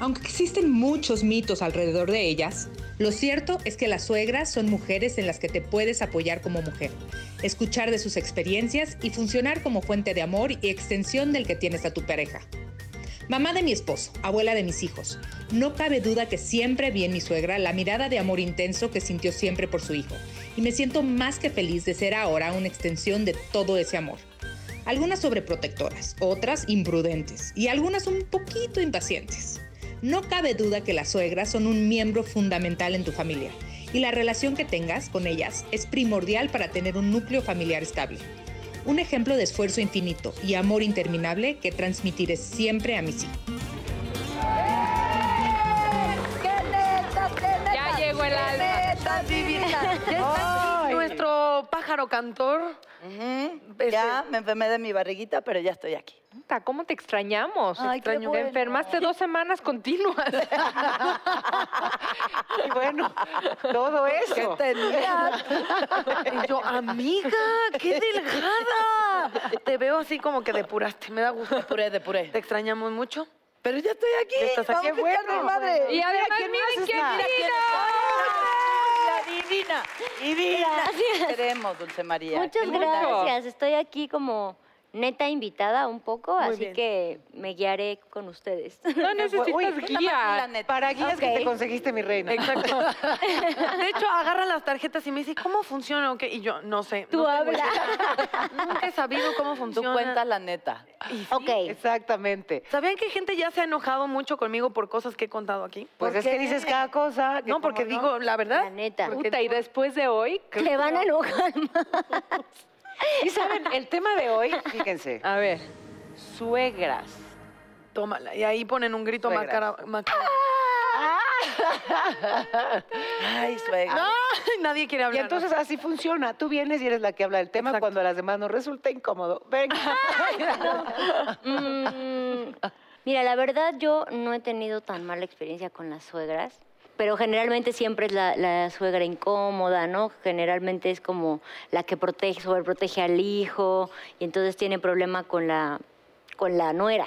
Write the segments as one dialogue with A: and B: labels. A: Aunque existen muchos mitos alrededor de ellas, lo cierto es que las suegras son mujeres en las que te puedes apoyar como mujer, escuchar de sus experiencias y funcionar como fuente de amor y extensión del que tienes a tu pareja. Mamá de mi esposo, abuela de mis hijos, no cabe duda que siempre vi en mi suegra la mirada de amor intenso que sintió siempre por su hijo, y me siento más que feliz de ser ahora una extensión de todo ese amor. Algunas sobreprotectoras, otras imprudentes y algunas un poquito impacientes. No cabe duda que las suegras son un miembro fundamental en tu familia y la relación que tengas con ellas es primordial para tener un núcleo familiar estable. Un ejemplo de esfuerzo infinito y amor interminable que transmitiré siempre a mis hijos.
B: Ya llegó el alma.
C: Ya está nuestro pájaro cantor. Este-
D: Ya me enfermé de mi barriguita, pero ya estoy aquí.
B: Puta, ¿Cómo te extrañamos?
C: Ay, qué
B: Extraño-
C: bueno.
B: Enfermaste dos semanas continuas. y bueno, todo
D: ¿Qué
B: eso.
D: tenías?
C: Y yo, amiga, qué delgada. Te veo así como que depuraste. Me da gusto.
D: Puré de puré.
C: Te extrañamos mucho.
D: Pero ya estoy aquí.
C: Ya estás
D: Vamos
C: aquí,
D: a echarle
C: bueno.
D: madre.
B: Y además,
C: ¿quién
B: miren
C: más
B: quién
C: está?
B: vino.
D: Divina, divina.
E: Gracias.
D: Queremos, Dulce María.
E: Muchas
B: mucho.
E: gracias. Estoy aquí como neta invitada un poco,
C: Muy
E: así
C: bien.
E: que me guiaré con ustedes.
B: No necesitas
D: Uy, la
B: guía.
D: neta.
F: Para guías que
E: Ok.
F: te conseguiste, mi reina.
C: Exacto. De hecho, agarran las tarjetas y me dicen, ¿cómo funciona? o qué?" Y yo, no sé.
E: Tú
C: no tengo
E: habla.
C: idea. Nunca he sabido cómo
D: Tú
C: funciona.
D: cuenta la neta.
C: Y sí.
E: Ok.
F: Exactamente.
C: ¿Sabían que gente ya se ha enojado mucho conmigo por cosas que he contado aquí?
F: Pues es que dices cada cosa. que
C: No, porque
F: como
C: digo la
E: La
C: verdad.
E: neta.
B: Puta, y después de hoy. creo-
E: Le van a enojar más.
B: Y saben, el tema de hoy.
F: Fíjense.
B: A ver, suegras.
C: Tómala. Y ahí ponen un grito más
F: Suegras.
C: cara. más cara-
D: Ay, suegra.
C: No, nadie quiere
F: Y
C: hablar.
F: entonces así funciona. Tú vienes y eres la que habla del tema
C: Exacto.
F: cuando a las demás nos resulta incómodo. Venga.
E: Mm, mira, la verdad yo no he tenido tan mala experiencia con las suegras, pero generalmente siempre es la, la suegra incómoda, ¿no? Generalmente es como la que protege, sobreprotege al hijo y entonces tiene problema con la, con la nuera,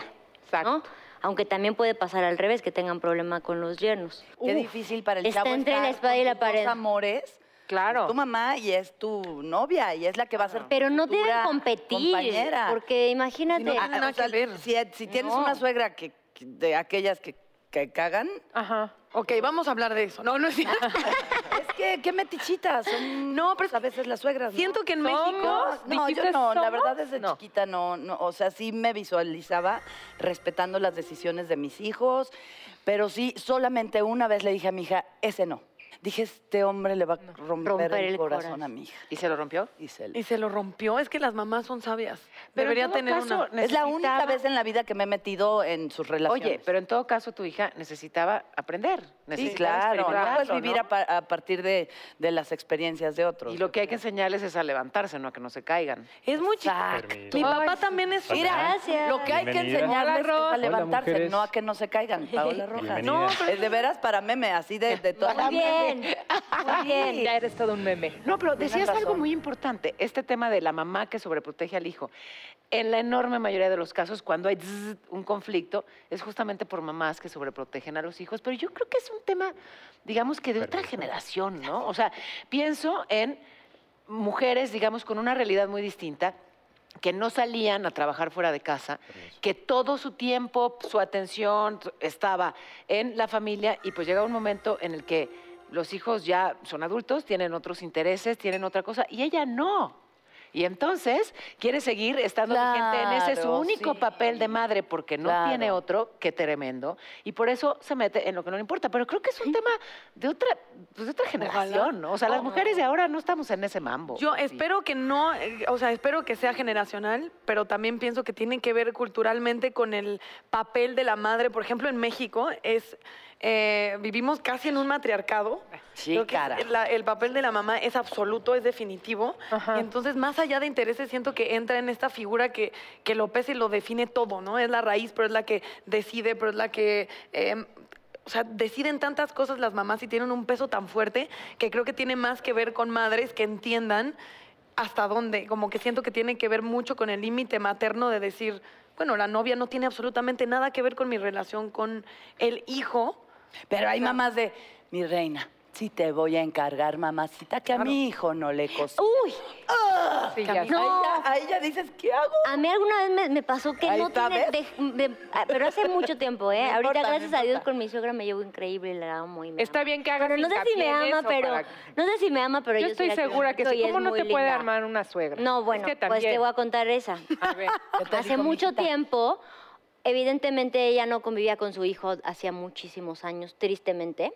E: ¿no? Aunque también puede pasar al revés, que tengan problema con los yernos.
D: Qué difícil para el
E: Está
D: chavo
E: entre la
D: estar
E: espada y
D: con
E: la
D: tus dos
E: pared.
D: amores.
B: Claro.
D: Es tu mamá y es tu novia y es la que va a ser tu
E: Pero no deben
D: futura
E: competir,
D: compañera.
E: porque imagínate...
C: no tienen
D: Ah,
C: nada
D: o sea,
C: que ver.
D: Si, si tienes
E: No.
D: una suegra que, que- de aquellas que, que cagan,
C: Ajá. Ok, vamos a hablar de eso. No, no es cierto.
D: es que qué metichitas. Son,
C: No, pero-
D: pues, a veces las suegras. ¿no?
C: Siento que en
B: Somos-
C: México
D: No, yo
B: ¿Dijiste
D: no, la
B: somos?
D: verdad desde
B: No.
D: chiquita no, no, o sea, sí me visualizaba respetando las decisiones de mis hijos, pero sí, solamente una vez le dije a mi hija, ese no. Dije, este hombre le va a romper,
E: Romper
D: el,
E: el
D: corazón,
E: corazón.
D: a mi hija.
F: ¿Y se lo rompió?
D: Y se le-
C: Y se lo rompió. Es que las mamás son sabias.
F: Pero en
C: Debería
F: todo
C: tener
F: caso,
C: una.
D: Es la única
F: necesitaba-
D: vez en la vida que me he metido en sus relaciones.
F: Oye, pero en todo caso tu hija necesitaba aprender.
D: Sí,
F: necesitaba
D: claro, no
F: experimentarlo,
D: puedes vivir
F: ¿no?
D: a, pa- a partir de, de las experiencias de otros.
F: Y lo que hay que enseñarles es a levantarse, no a que no se caigan.
C: Es muy chiquita.
D: Exacto.
C: Mi papá también es
G: Mira,
E: Gracias.
D: Lo que hay que
G: Bienvenida.
D: enseñarles es
B: Hola,
D: a levantarse,
G: mujeres.
D: no a que no se caigan. Paola Rojas.
G: Bienvenida. No,
D: Eh, de veras para meme, así de, de toda
E: Muy bien, muy bien.
B: Ya eres todo un meme.
F: No, pero
D: Tienes
F: decías algo
D: razón.
F: muy importante, este tema de la mamá que sobreprotege al hijo. En la enorme mayoría de los casos, cuando hay zzz, un conflicto, es justamente por mamás que sobreprotegen a los hijos, pero yo creo que es un tema, digamos que de otra generación, ¿no? O sea, pienso en mujeres, digamos, con una realidad muy distinta, que no salían a trabajar fuera de casa, que todo su tiempo, su atención t- estaba en la familia y pues llega un momento en el que los hijos ya son adultos, tienen otros intereses, tienen otra cosa y ella no. Y entonces quiere seguir estando vigente en ese su
D: Claro,
F: único
D: sí.
F: papel de madre porque no
D: Claro.
F: tiene otro, qué tremendo, y por eso se mete en lo que no le importa. Pero creo que es un tema de otra, pues, de otra generación, ¿no? O sea, las mujeres de ahora no estamos en ese mambo.
C: Yo
F: Sí.
C: espero que no, eh, o sea, espero que sea generacional, pero también pienso que tiene que ver culturalmente con el papel de la madre. Por ejemplo, en México es eh, vivimos casi en un matriarcado.
D: Sí,
C: Creo que
D: cara.
C: la- el papel de la mamá es absoluto, es definitivo. Y entonces, más allá de intereses, siento que entra en esta figura que, que lo pesa y lo define todo, ¿no? Es la raíz, pero es la que decide, pero es la que em, o sea, deciden tantas cosas las mamás y tienen un peso tan fuerte que creo que tiene más que ver con madres que entiendan hasta dónde. Como que siento que tiene que ver mucho con el límite materno de decir, bueno, la novia no tiene absolutamente nada que ver con mi relación con el hijo.
D: Pero hay mamás de, mi reina, sí te voy a encargar, mamacita, que a mi hijo no le costó.
E: Uy,
B: Sí,
D: Que a
B: ya
D: mí-
B: sé.
E: No.
D: ahí, ya, ahí ya dices, ¿qué hago?
E: a mí alguna vez me, me pasó que
D: Ahí
E: no
D: está,
E: tiene... de- de- ah, pero hace mucho tiempo, ¿eh?
D: No
E: Ahorita,
D: importa, no
E: gracias a Dios,
D: importa.
E: con mi suegra me llevo increíble, la amo y me
B: Está
E: ama.
B: bien que hagas
E: Bueno, no sé si
B: hincapié
E: me
B: en
E: ama,
B: eso
E: pero...
B: para-
E: No sé si me ama, pero yo,
B: Yo estoy
E: sí la quiero
B: segura que
E: mucho
B: sí.
E: y es
B: ¿Cómo no
E: muy
B: te puede
E: linda.
B: armar una suegra?
E: No, bueno,
B: Es que
E: pues te
B: también. Ah,
E: voy a contar esa.
B: A ver.
E: Ah, Hace mucho tiempo, evidentemente ella no convivía con su hijo hacía muchísimos años, tristemente.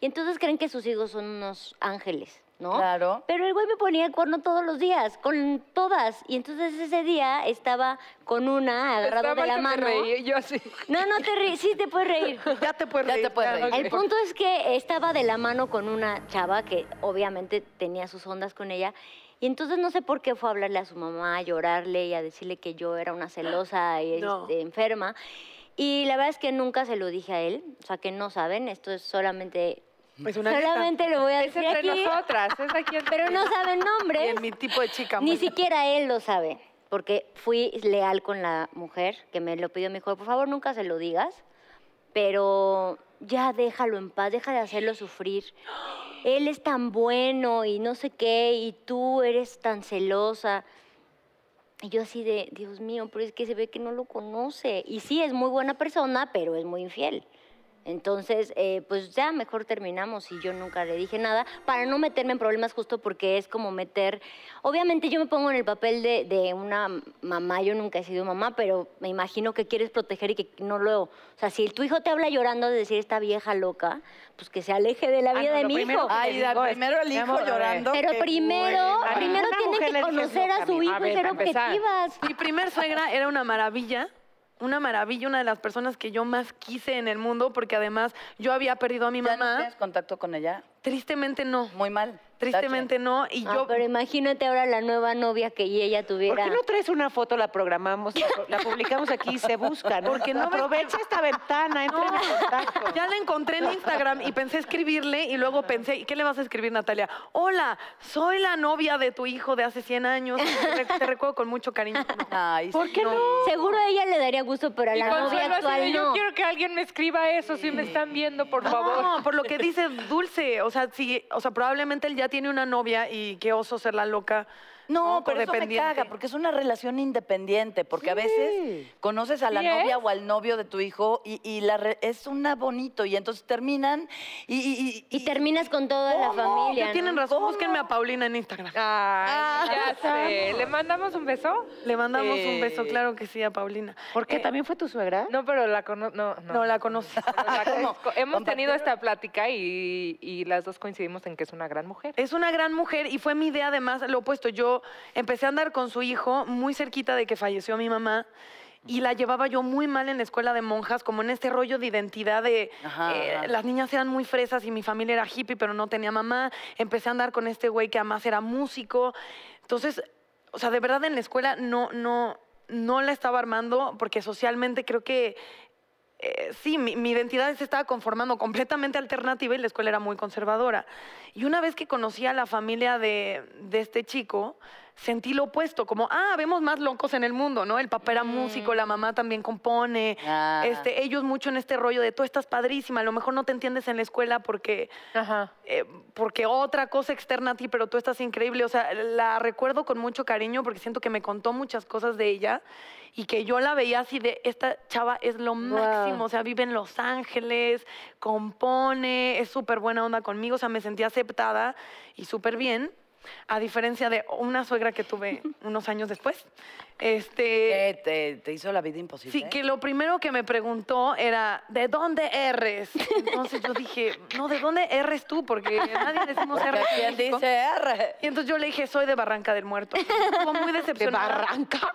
E: Y entonces creen que sus hijos son unos ángeles, ¿no?
D: Claro.
E: Pero el güey me ponía el cuerno todos los días, con todas. Y entonces ese día estaba con una agarrado
B: Estaba
E: de la
B: que me
E: mano.
B: reí, yo así.
E: No, no te ríes, sí te puedes reír.
C: Ya te puedes
D: Ya
C: reír.
D: te puedes reír.
E: El punto es que estaba de la mano con una chava que obviamente tenía sus ondas con ella. Y entonces no sé por qué fue a hablarle a su mamá, a llorarle y a decirle que yo era una celosa y
C: No.
E: este, enferma. Y la verdad es que nunca se lo dije a él. O sea, que no saben, esto es solamente... Pues
C: Es una neta.
E: solamente lo voy a
B: Es
E: decir
B: entre
E: aquí,
B: nosotras, es aquí entre
E: pero no saben
C: Y
E: nombres.
C: en mi tipo de chica.
E: Ni
C: pues.
E: siquiera él lo sabe, porque fui leal con la mujer que me lo pidió. Me dijo, por favor, nunca se lo digas, pero ya déjalo en paz, deja de hacerlo sufrir. Él es tan bueno y no sé qué, y tú eres tan celosa. Y yo así de, Dios mío, pero es que se ve que no lo conoce. Y sí, es muy buena persona, pero es muy infiel. Entonces, eh, pues ya mejor terminamos y yo nunca le dije nada para no meterme en problemas justo porque es como meter... Obviamente yo me pongo en el papel de, de una mamá, yo nunca he sido mamá, pero me imagino que quieres proteger y que no lo... O sea, si tu hijo te habla llorando de decir esta vieja loca, pues que se aleje de la
F: Ah,
E: vida
F: no,
E: de
F: lo
E: mi
F: primero
E: hijo.
F: que
D: Ay,
F: le
D: da-
F: digo es,
D: primero el
F: mi
D: hijo
F: amor, a ver,
D: llorando.
E: Pero
D: qué
E: primero,
F: A
D: buena.
E: primero
F: ninguna
E: tienen
F: mujer le
E: que
F: dices
E: conocer
F: loca,
E: a su
F: mi- a
E: hijo y
F: ver,
E: ser
F: para empezar.
E: objetivas.
C: Mi primer suegra era una maravilla, una maravilla, una de las personas que yo más quise en el mundo, porque además yo había perdido a mi
D: ¿Ya no
C: mamá.
D: tienes contacto con ella?
C: Tristemente no,
D: Muy mal.
C: tristemente no. Y
E: Ah,
C: yo,
E: pero imagínate ahora la nueva novia que ella
F: ¿Por
E: tuviera.
F: qué no traes una foto, la programamos, la pro- la publicamos aquí y se busca, ¿no?
C: Porque no me-
F: Aprovecha esta ventana, entra en el contacto.
C: Ya la encontré en Instagram y pensé escribirle y luego pensé, ¿y qué le vas a escribir, Natalia? Hola, soy la novia de tu hijo de hace 100 años. Te, re- te recuerdo con mucho cariño. No.
D: Ay,
F: ¿Por qué no?
E: Seguro a ella le daría gusto, pero a
B: Y
E: la novia
B: Consuelo así de,
E: actual
B: yo
E: no.
B: quiero que alguien me escriba eso, si me están viendo, por favor.
C: No, por lo que dice Dulce, o sea, sí, o sea, probablemente él ya tiene una novia y qué oso ser la loca.
D: No,
C: ¿no?
D: pero eso me
C: Codependiente.
D: caga, porque es una relación independiente, porque a veces conoces a la
B: Sí
D: novia o al novio de tu hijo y, y la re- es una bonito, y entonces terminan y... y- y-
E: Y terminas con toda la
D: ¿Cómo?
E: familia.
C: Ya tienen
E: ¿no?
C: razón, búsquenme a Paulina en Instagram.
B: Ah, Ay, ya sé. ¿Le mandamos un beso?
C: Le mandamos un beso,
F: Eh.
C: claro que sí, a Paulina.
F: ¿Por qué? ¿También fue tu suegra?
B: No, pero la conozco. No, no.
C: No, la conoce.
B: Pero la conozco. Hemos tenido
D: compartieron-
B: esta plática y, y las dos coincidimos en que es una gran mujer.
C: Es una gran mujer y fue mi idea además lo opuesto. Yo empecé a andar con su hijo muy cerquita de que falleció mi mamá y la llevaba yo muy mal en la escuela de monjas, como en este rollo de identidad de
D: Ajá,
C: eh,
D: ajá.
C: las niñas eran muy fresas y mi familia era hippie pero no tenía mamá. Empecé a andar con este güey que además era músico. Entonces, o sea, de verdad en la escuela no, no, no la estaba armando porque socialmente creo que eh, sí, mi, mi identidad se estaba conformando completamente alternativa y la escuela era muy conservadora. Y una vez que conocí a la familia de, de este chico, sentí lo opuesto, como, ah, vemos más locos en el mundo, ¿no? El papá
D: Mm.
C: era músico, la mamá también compone,
D: Ah.
C: este, ellos mucho en este rollo de, tú estás padrísima, a lo mejor no te entiendes en la escuela porque
B: Ajá.
C: eh, porque otra cosa externa a ti, pero tú estás increíble. O sea, la recuerdo con mucho cariño porque siento que me contó muchas cosas de ella y que yo la veía así de, esta chava es lo máximo, o sea, vive en Los Ángeles, compone, es súper buena onda conmigo, o sea, me sentí aceptada y súper bien. A diferencia de una suegra que tuve unos años después, este...
D: Que te, te hizo la vida imposible.
C: Sí, ¿eh? que lo primero que me preguntó era, ¿de dónde eres? Entonces yo dije, no, ¿de dónde eres tú? Porque nadie decimos
D: Porque
C: R. en
D: ¿quién
C: México.
D: dice R?
C: Y entonces yo le dije, soy de Barranca del Muerto. Fue muy decepcionada. ¿De Barranca?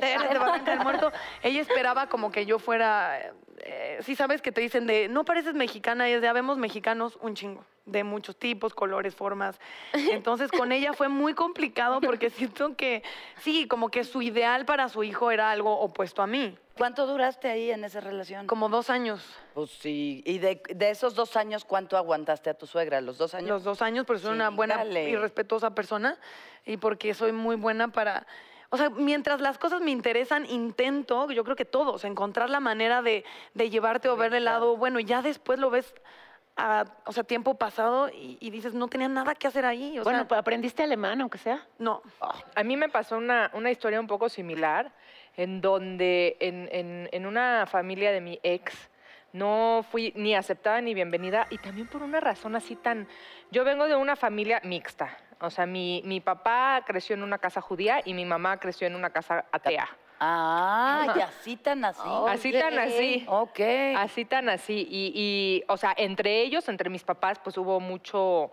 C: Eres de Barranca del Muerto. Ella esperaba como que yo fuera... eh, sí sabes que te dicen de, no pareces mexicana, y es de, habemos mexicanos un chingo, de muchos tipos, colores, formas. Entonces con ella fue muy complicado porque siento que, sí, como que su ideal para su hijo era algo opuesto a mí.
D: ¿Cuánto duraste ahí en esa relación?
C: Como dos años.
D: Pues sí. ¿Y de, de esos dos años cuánto aguantaste a tu suegra? ¿Los dos años?
C: Los dos años, porque soy
D: Sí,
C: una buena
D: dale.
C: y respetuosa persona y porque soy muy buena para... O sea, mientras las cosas me interesan, intento, yo creo que todos, encontrar la manera de, de llevarte o ver el lado bueno. y Ya después lo ves, a, o sea, tiempo pasado y, y dices, no tenía nada que hacer ahí. o
F: bueno,
C: sea,
F: pues, aprendiste alemán, aunque sea.
C: no.
B: A mí me pasó una, una historia un poco similar, en donde en, en- en una familia de mi ex no fui ni aceptada ni bienvenida, y también por una razón así tan... Yo vengo de una familia mixta, o sea, mi, mi papá creció en una casa judía y mi mamá creció en una casa atea.
D: Ah, y así tan así.
B: Así tan así.
D: Ok.
B: Así tan así. Y, y, o sea, entre ellos, entre mis papás, pues hubo mucho,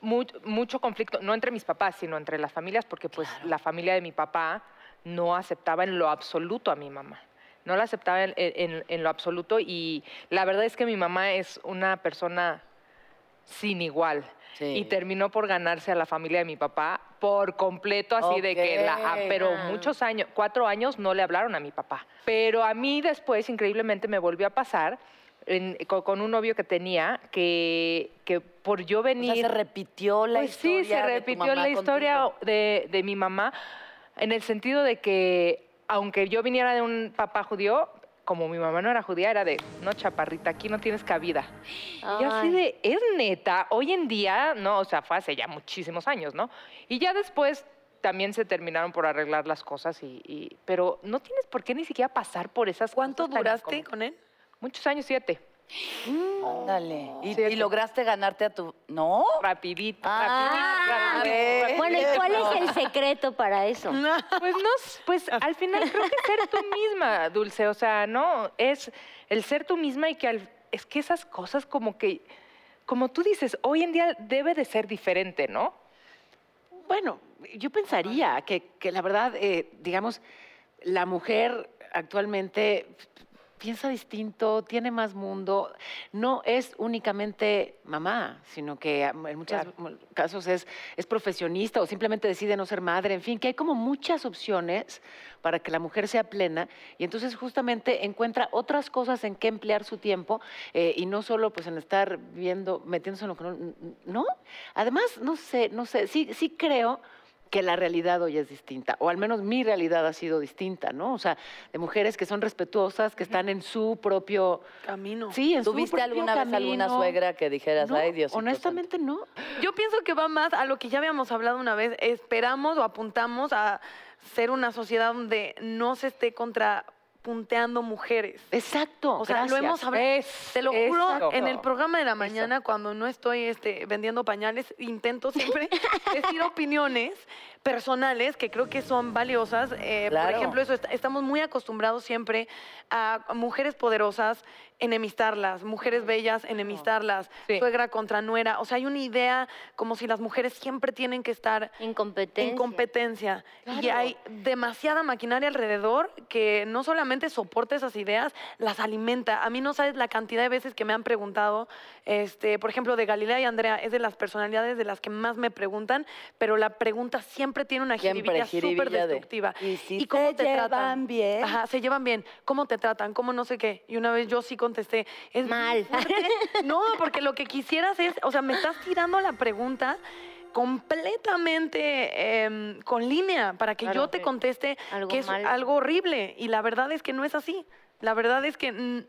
B: mu- mucho conflicto, no entre mis papás, sino entre las familias, porque pues la familia de mi papá no aceptaba en lo absoluto a mi mamá. No la aceptaba en, en- en lo absoluto y la verdad es que mi mamá es una persona sin igual.
D: Sí.
B: Y terminó por ganarse a la familia de mi papá por completo, así de que la. ah, Pero
E: Ah.
B: muchos años, cuatro años no le hablaron a mi papá. Pero a mí después, increíblemente, me volvió a pasar en- co- con, un novio que tenía que, que por yo
D: O
B: venir.
D: sea, se repitió la
B: Pues
D: historia.
B: Sí, se
D: de tu
B: repitió
D: mamá
B: la historia
D: contigo.
B: de, de mi mamá en el sentido de que, aunque yo viniera de un papá judío, como mi mamá no era judía, era de, no, chaparrita, aquí no tienes cabida. Y yo así
E: Ay.
B: de, es neta, hoy en día, no, o sea, fue hace ya muchísimos años, ¿no? Y ya después también se terminaron por arreglar las cosas, y, y- pero no tienes por qué ni siquiera pasar por esas
C: ¿Cuánto
B: cosas tan
C: duraste
B: incómodas.
C: con él?
B: Muchos años, siete.
D: Ándale. ¿Y,
B: Sí,
D: y
B: aquí.
D: lograste ganarte a tu. ¿No?
B: Rapidito,
D: Ah,
B: rapidito,
D: ve.
B: rapidito,
E: Bueno, ¿y
B: rapidito.
E: cuál es el secreto para eso?
B: Pues no, s- pues al final creo que ser tú misma, Dulce, o sea, no, es el ser tú misma y que al- es que esas cosas como que, como tú dices, hoy en día debe de ser diferente, ¿no?
F: Bueno, yo pensaría que, que la verdad, eh, digamos, la mujer actualmente piensa distinto, tiene más mundo, no es únicamente mamá, sino que am- en muchos casos es, es profesionista o simplemente decide no ser madre, en fin, que hay como muchas opciones para que la mujer sea plena y entonces justamente encuentra otras cosas en qué emplear su tiempo eh, y no solo pues en estar viendo, metiéndose en lo que no, no, Además, no sé, no sé, sí, sí creo que la realidad hoy es distinta, o al menos mi realidad ha sido distinta, ¿no? O sea, de mujeres que son respetuosas, que están en su propio...
C: Camino.
F: Sí, en su
D: ¿Tuviste
F: propio
D: alguna vez alguna
F: camino.
D: suegra que dijeras,
F: No,
D: ay, Dios?
F: honestamente no.
C: Yo pienso que va más a lo que ya habíamos hablado una vez. Esperamos o apuntamos a ser una sociedad donde no se esté contrapunteando mujeres.
F: Exacto.
C: O sea,
F: gracias.
C: lo hemos hablado.
B: Es-
C: te lo
B: es
C: juro,
B: eso.
C: en el programa de la mañana, cuando no estoy este, vendiendo pañales, intento siempre decir opiniones personales que creo que son valiosas. Eh,
D: Claro.
C: Por ejemplo, eso, est- estamos muy acostumbrados siempre a mujeres poderosas enemistarlas, mujeres bellas enemistarlas,
B: Sí.
C: suegra contra nuera. O sea, hay una idea como si las mujeres siempre tienen que estar
E: Incompetencia.
C: en competencia. Y
F: Claro.
C: hay demasiada maquinaria alrededor que no solamente soporta esas ideas, las alimenta. A mí no sabes la cantidad de veces que me han preguntado, este, por ejemplo, de Galilea y Andrea, es de las personalidades de las que más me preguntan, pero la pregunta siempre tiene una
D: Siempre
C: jiribilla súper
D: jiribilla de, ¿Eh?
C: destructiva.
D: ¿y si
C: cómo
D: te llevan bien?
C: Ajá, se llevan bien. ¿Cómo te tratan? ¿Cómo no sé qué? Y una vez yo sí contesté, es bien
E: Mal.
C: fuerte. No, porque lo que quisieras es, o sea, me estás tirando la pregunta completamente em, con línea para que yo te conteste
E: Algo
C: que es
E: malo.
C: algo horrible. Y la verdad es que no es así. La verdad es que mm,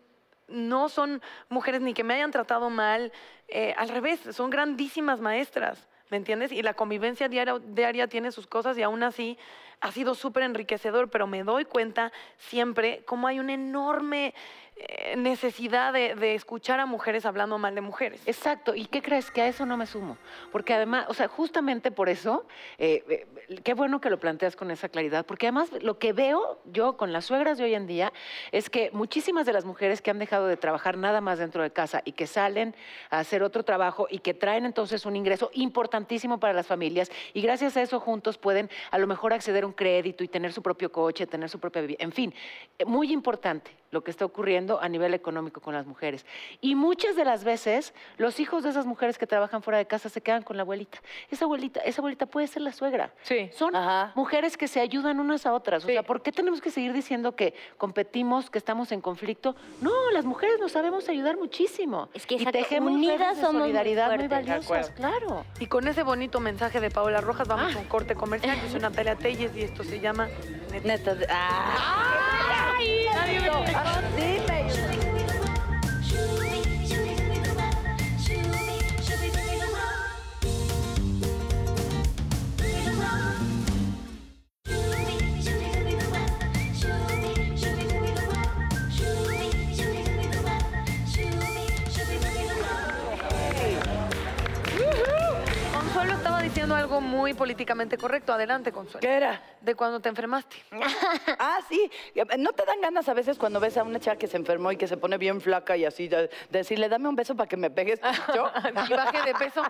C: no son mujeres ni que me hayan tratado mal. eh, al revés, son grandísimas maestras. ¿Me entiendes? Y la convivencia diaria, diaria tiene sus cosas y aún así ha sido súper enriquecedor, pero me doy cuenta siempre cómo hay una enorme eh, necesidad de, de escuchar a mujeres hablando mal de mujeres.
F: Exacto. ¿Y qué crees? Que a eso no me sumo. Porque además, o sea, justamente por eso, eh, eh, qué bueno que lo planteas con esa claridad. Porque además lo que veo yo con las suegras de hoy en día es que muchísimas de las mujeres que han dejado de trabajar nada más dentro de casa y que salen a hacer otro trabajo y que traen entonces un ingreso importantísimo para las familias y gracias a eso juntos pueden a lo mejor acceder a un crédito y tener su propio coche, tener su propia vivienda. En fin, eh, muy importante lo que está ocurriendo a nivel económico con las mujeres. Y muchas de las veces los hijos de esas mujeres que trabajan fuera de casa se quedan con la abuelita. Esa abuelita, esa abuelita puede ser la suegra.
B: Sí.
F: Son
D: Ajá.
F: mujeres que se ayudan unas a otras. O
B: Sí.
F: sea, ¿por qué tenemos que seguir diciendo que competimos, que estamos en conflicto? No, las mujeres nos sabemos ayudar muchísimo.
E: Es que
F: y
E: exacto,
F: tejemos
E: unidas
F: redes de
E: somos muy
F: solidaridad muy,
E: fuertes. De
F: valiosas, claro.
C: Y con ese bonito mensaje de Paola Rojas vamos a un corte comercial. Yo soy Natalia Telles y esto se llama... Neta.
D: Neta. ¡Ah! Ah, dime.
C: Consuelo estaba diciendo algo muy políticamente correcto. Adelante, Consuelo.
D: ¿Qué era?
C: De cuando te enfermaste.
D: Ah, sí. ¿No te dan ganas a veces cuando ves a una chava que se enfermó y que se pone bien flaca y así, de- decirle, dame un beso para que me pegues? Yo,
C: ¿Y bajé de peso?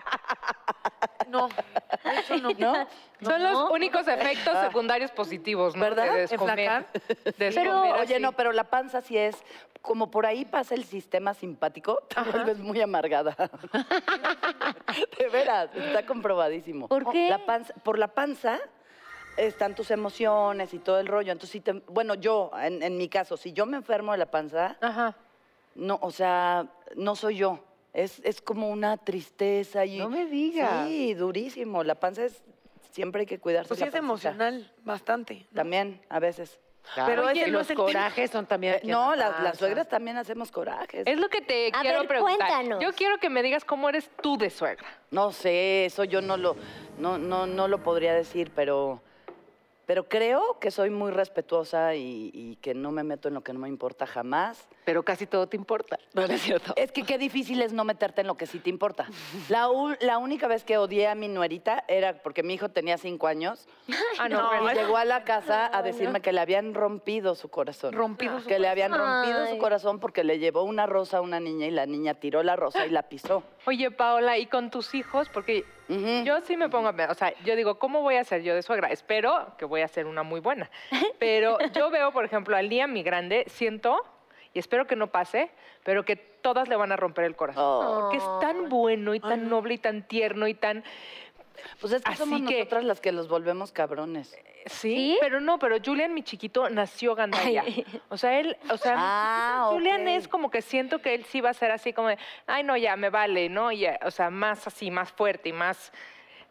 C: No, de hecho no.
D: ¿no?
B: Son los únicos efectos secundarios positivos, ¿no?
D: ¿Verdad?
B: De descomer.
C: Enflacar.
B: de
E: Ah. Pero-
B: descomer
D: Oye,
B: así.
D: no, pero la panza sí es, como por ahí pasa el sistema simpático, te vuelves muy amargada. De veras, está comprobadísimo.
E: ¿Por qué?
D: La panza- por la panza están tus emociones y todo el rollo. Entonces, sí te- bueno, yo, en, en mi caso, si yo me enfermo de la panza,
B: Ajá.
D: No, o sea, no soy yo. Es, es como una tristeza y.
F: No me digas.
D: Sí, durísimo. La panza es. Siempre hay que cuidarse.
C: Pues sí
D: la
C: es
D: pancita.
C: emocional, bastante.
D: También, a veces.
C: Pero
F: Oye,
C: ese no
F: los
C: es el tema.
F: corajes son también...
D: Eh, no, las, las suegras también hacemos corajes.
B: Es lo que te
E: A
B: quiero
E: ver,
B: preguntar.
E: cuéntanos.
B: Yo quiero que me digas cómo eres tú de suegra.
D: No sé, eso yo no lo, no, no, no lo podría decir, pero, pero creo que soy muy respetuosa y, y que no me meto en lo que no me importa jamás.
F: Pero casi todo te importa. No, no es cierto.
D: Es que qué difícil es no meterte en lo que sí te importa. La, u- la única vez que odié a mi nuerita era porque mi hijo tenía cinco años
B: Ah, no,
D: y
B: pero-
D: llegó a la casa a decirme que le habían rompido su corazón.
C: Rompido su
D: Que le habían rompido
E: Ay.
D: su corazón porque le llevó una rosa a una niña y la niña tiró la rosa y la pisó.
B: Oye, Paola, ¿y con tus hijos? Porque
E: Mm.
D: Ujú.
B: yo sí me pongo a... pe- O sea, yo digo, ¿cómo voy a ser yo de suegra? Espero que voy a ser una muy buena. Pero yo veo, por ejemplo, a Lía, mi grande, siento, y espero que no pase, pero que todas le van a romper el corazón.
D: Oh.
B: Porque es tan bueno y tan noble y tan tierno y tan...
D: Pues es que
B: Así
D: somos
B: que-
D: nosotras las que los volvemos cabrones.
B: ¿Sí?
E: ¿Sí?
B: pero no, pero Julian, mi chiquito, nació gandalla.
E: Ay.
B: O sea, él, o sea, mi
D: Ah,
B: chiquito Julian
D: ok.
B: es como que siento que él sí va a ser así como de, ay, no, ya, me vale, ¿no? Y, eh, o sea, más así, más fuerte y más...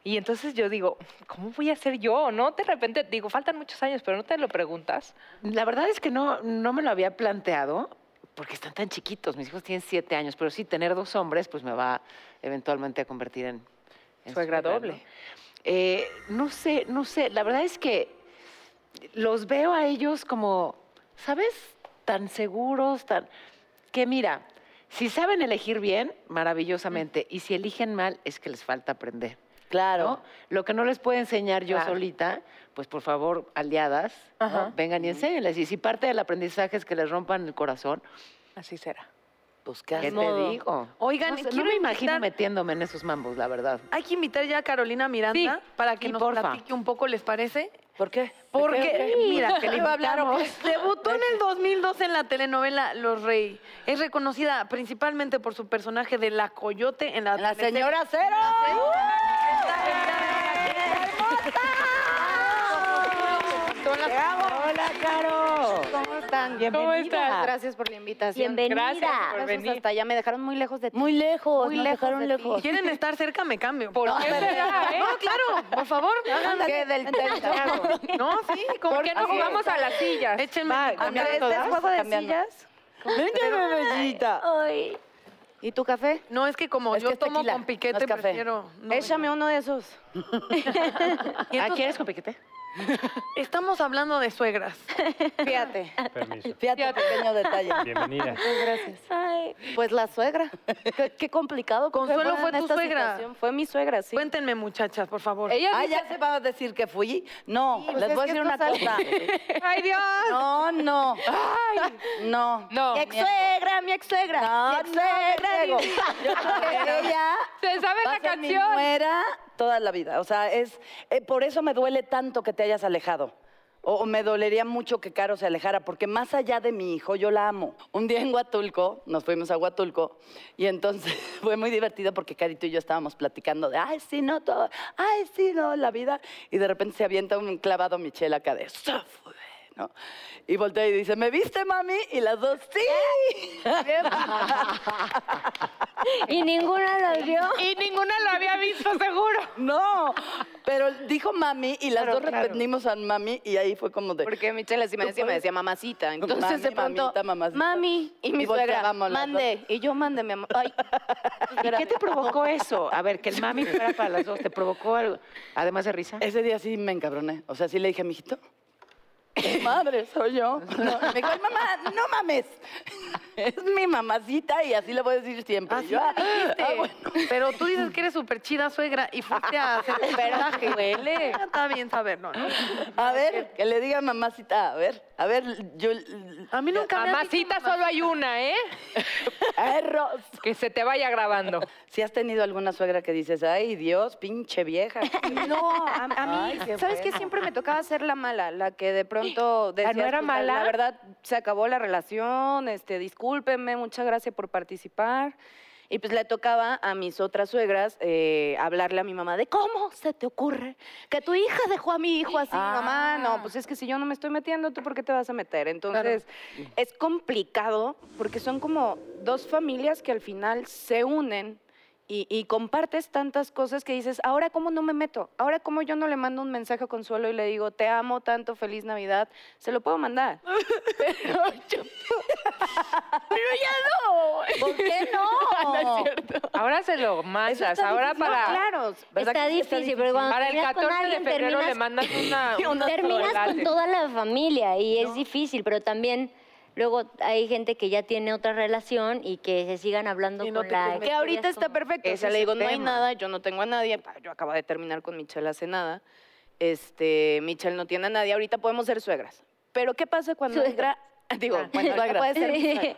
B: Y entonces yo digo, ¿cómo voy a ser yo? ¿No? De repente, digo, faltan muchos años, pero no te lo preguntas.
F: La verdad es que no, no me lo había planteado porque están tan chiquitos. Mis hijos tienen siete años, pero sí tener dos hombres, pues me va eventualmente a convertir en, en
B: Suegra
F: ¿no?
B: doble.
F: Eh, no sé, no sé. La verdad es que los veo a ellos como, ¿sabes? Tan seguros, tan. Que mira, si saben elegir bien, maravillosamente. Y si eligen mal, es que les falta aprender.
D: Claro.
F: ¿no? Lo que no les puedo enseñar yo
B: Claro.
F: solita, pues por favor, aliadas, ¿no?
B: Ajá.
F: vengan y enséñenles. Y si parte del aprendizaje es que les rompan el corazón,
B: Así será.
D: Pues ¿qué
F: ¿qué
D: haces?
F: te digo?
C: Oigan,
F: no, sé, no
C: quiero
F: me imagino
C: invitar-
F: metiéndome en esos mambos, la verdad.
C: Hay que invitar ya a Carolina Miranda
F: Sí,
C: para que
F: sí,
C: nos
F: porfa.
C: platique un poco, ¿les parece?
D: ¿Por qué?
C: Porque, mira,
D: que le iba a hablar o qué?
C: Debutó en el 2002 en la telenovela Los Rey. Es reconocida principalmente por su personaje de La Coyote en la, ¡Oh!
D: La
C: teleserie-
D: señora Cero.
F: Hola, Caro.
G: ¿Cómo están?
B: ¿Cómo estás?
G: Gracias por la invitación.
E: Bienvenida.
B: Gracias por
G: Abrazos
B: venir.
G: Hasta allá me dejaron muy lejos de ti.
D: Muy lejos,
G: Muy
D: nos
G: lejos
D: dejaron
G: de ti.
D: lejos.
C: ¿Quieren estar cerca? Me cambio.
B: ¿Por
C: No,
B: qué será, eh?
C: No, claro, por favor.
D: ¿Qué del techo?
C: No, sí, como
B: ¿Por qué no jugamos a las sillas?
C: Échenme.
D: cambiando
G: Andrés,
D: todas,
G: ¿es juego de
D: cambiando.
G: sillas?
D: Vente, bebecita.
E: Ay,
G: ¿Y tu café?
C: No, es que como
D: Es
C: yo
D: que es
C: tomo
D: tequila,
C: con
D: no
C: piquete,
D: es café.
C: prefiero... no.
G: Échame uno de esos.
C: Y
F: ¿Ah,
C: entonces,
F: quieres con piquete?
C: Estamos hablando de suegras.
G: Fíjate.
H: Permiso.
D: Fíjate, pequeño detalle.
H: Bienvenida.
G: Gracias.
E: ay.
G: Pues la suegra. Qué, qué complicado. porque,
C: Consuelo,
G: bueno,
C: ¿fue
G: en
C: tu
G: esta
C: suegra?
G: situación Fue mi suegra, sí.
C: Cuéntenme, muchachas, por favor.
B: Ella
D: Ah,
B: dice-
D: ya se va a decir que fui. No,
G: Sí, pues
D: les
G: es
D: voy a
G: que
D: decir
G: esto
D: una
G: sale.
D: cosa.
B: ¡Ay, Dios!
D: No, no. No.
B: No.
G: Mi ex suegra, mi ex suegra.
D: No,
G: mi ex
D: no,
G: suegra.
D: Diego. Yo creo que ella
B: ¿Se sabe
D: va
B: la
D: a ser mi
B: canción?
D: nuera toda la vida. O sea, es eh, por eso me duele tanto que te hayas alejado. O, o me dolería mucho que Caro se alejara, porque más allá de mi hijo, yo la amo. Un día en Huatulco, nos fuimos a Huatulco, y entonces fue muy divertido porque Carito y yo estábamos platicando de, ay, sí, no, todo, ay, sí, no, la vida. Y de repente se avienta un clavado Michelle acá de, "Se fue", ¿no? Y voltea y dice, ¿me viste, mami? Y las dos, sí.
E: Y ninguna lo vio.
B: Y ninguna lo había visto, seguro.
D: No, pero dijo mami y las dos repetimos a mami y ahí fue como de...
H: Porque Michelle así me
D: Tú
H: decía, me
D: puedes-
H: decía mamacita. Entonces
D: Mami,
H: de pronto,
D: mamita, mamacita.
H: mami, y mi
D: Y
H: suegra,
D: volteábamos las
H: mande. Y yo, mande, mi amor. Ay,
F: ¿Y qué te provocó eso? A ver, que el mami fuera para las dos, ¿te provocó algo? Además de risa.
D: Ese día sí me encabroné. O sea, sí le dije, mijito, tu madre, soy yo. No, me dijo, "Ay, mamá, no mames. Es mi mamacita y así le voy a decir siempre. Y yo, "Ah, ah, bueno".
C: Pero tú dices que eres súper chida, suegra, y fuiste a hacer un personaje. Huele. Está bien saber, ¿no? no.
D: A ver, que le diga mamacita, a ver, a ver, yo...
C: A mí nunca me han dicho
B: Mamacita solo hay una, ¿eh?
D: Arroz.
B: Que se te vaya grabando.
D: Si has tenido alguna suegra que dices, ay, Dios, pinche vieja.
H: No, a, a mí, ¿sabes qué? Siempre me tocaba ser la mala, la que de pronto
D: Ah,
H: decía,
B: Ah, no era mala?
H: La verdad, se acabó la relación, este, discúlpenme, muchas gracias por participar. Y pues le tocaba a mis otras suegras eh, hablarle a mi mamá de cómo se te ocurre que tu hija dejó a mi hijo así. Mamá,
B: Ah.
H: no, pues es que si yo no me estoy metiendo, ¿tú por qué te vas a meter? Entonces, es complicado porque son como dos familias que al final se unen y, y compartes tantas cosas que dices, ahora cómo no me meto, ahora cómo yo no le mando un mensaje a Consuelo y le digo, te amo tanto, feliz Navidad, se lo puedo mandar.
B: Ah,
H: Pero, yo- Pero ya no.
G: ¿Por qué no?
B: Ahora se lo mandas.
H: está
B: Ahora
H: difícil.
B: para,
H: Claro,
E: Está difícil, pero cuando
B: para el
E: terminas con
B: 14 de
E: alguien,
B: febrero le
E: terminas-
B: mandas una, unos
E: terminas con
B: chocolates.
E: toda la familia y es difícil, pero también luego hay gente que ya tiene otra relación y que se sigan hablando
C: Y no
E: con
C: te
E: la
C: permiten.
H: que
E: ex,
H: ahorita
E: ya
H: está
E: son-
H: perfecto. O
F: Ese
H: sea,
F: es
H: le
F: el
H: digo, no hay
F: tema.
H: nada, yo no tengo a nadie. Pa, Yo acabo de terminar con Michelle hace nada. Este, Michelle no tiene a nadie. Ahorita podemos ser suegras. Pero ¿qué pasa cuando
E: Suegra.
H: entra? Digo, bueno, ahorita puede ser mi suegra.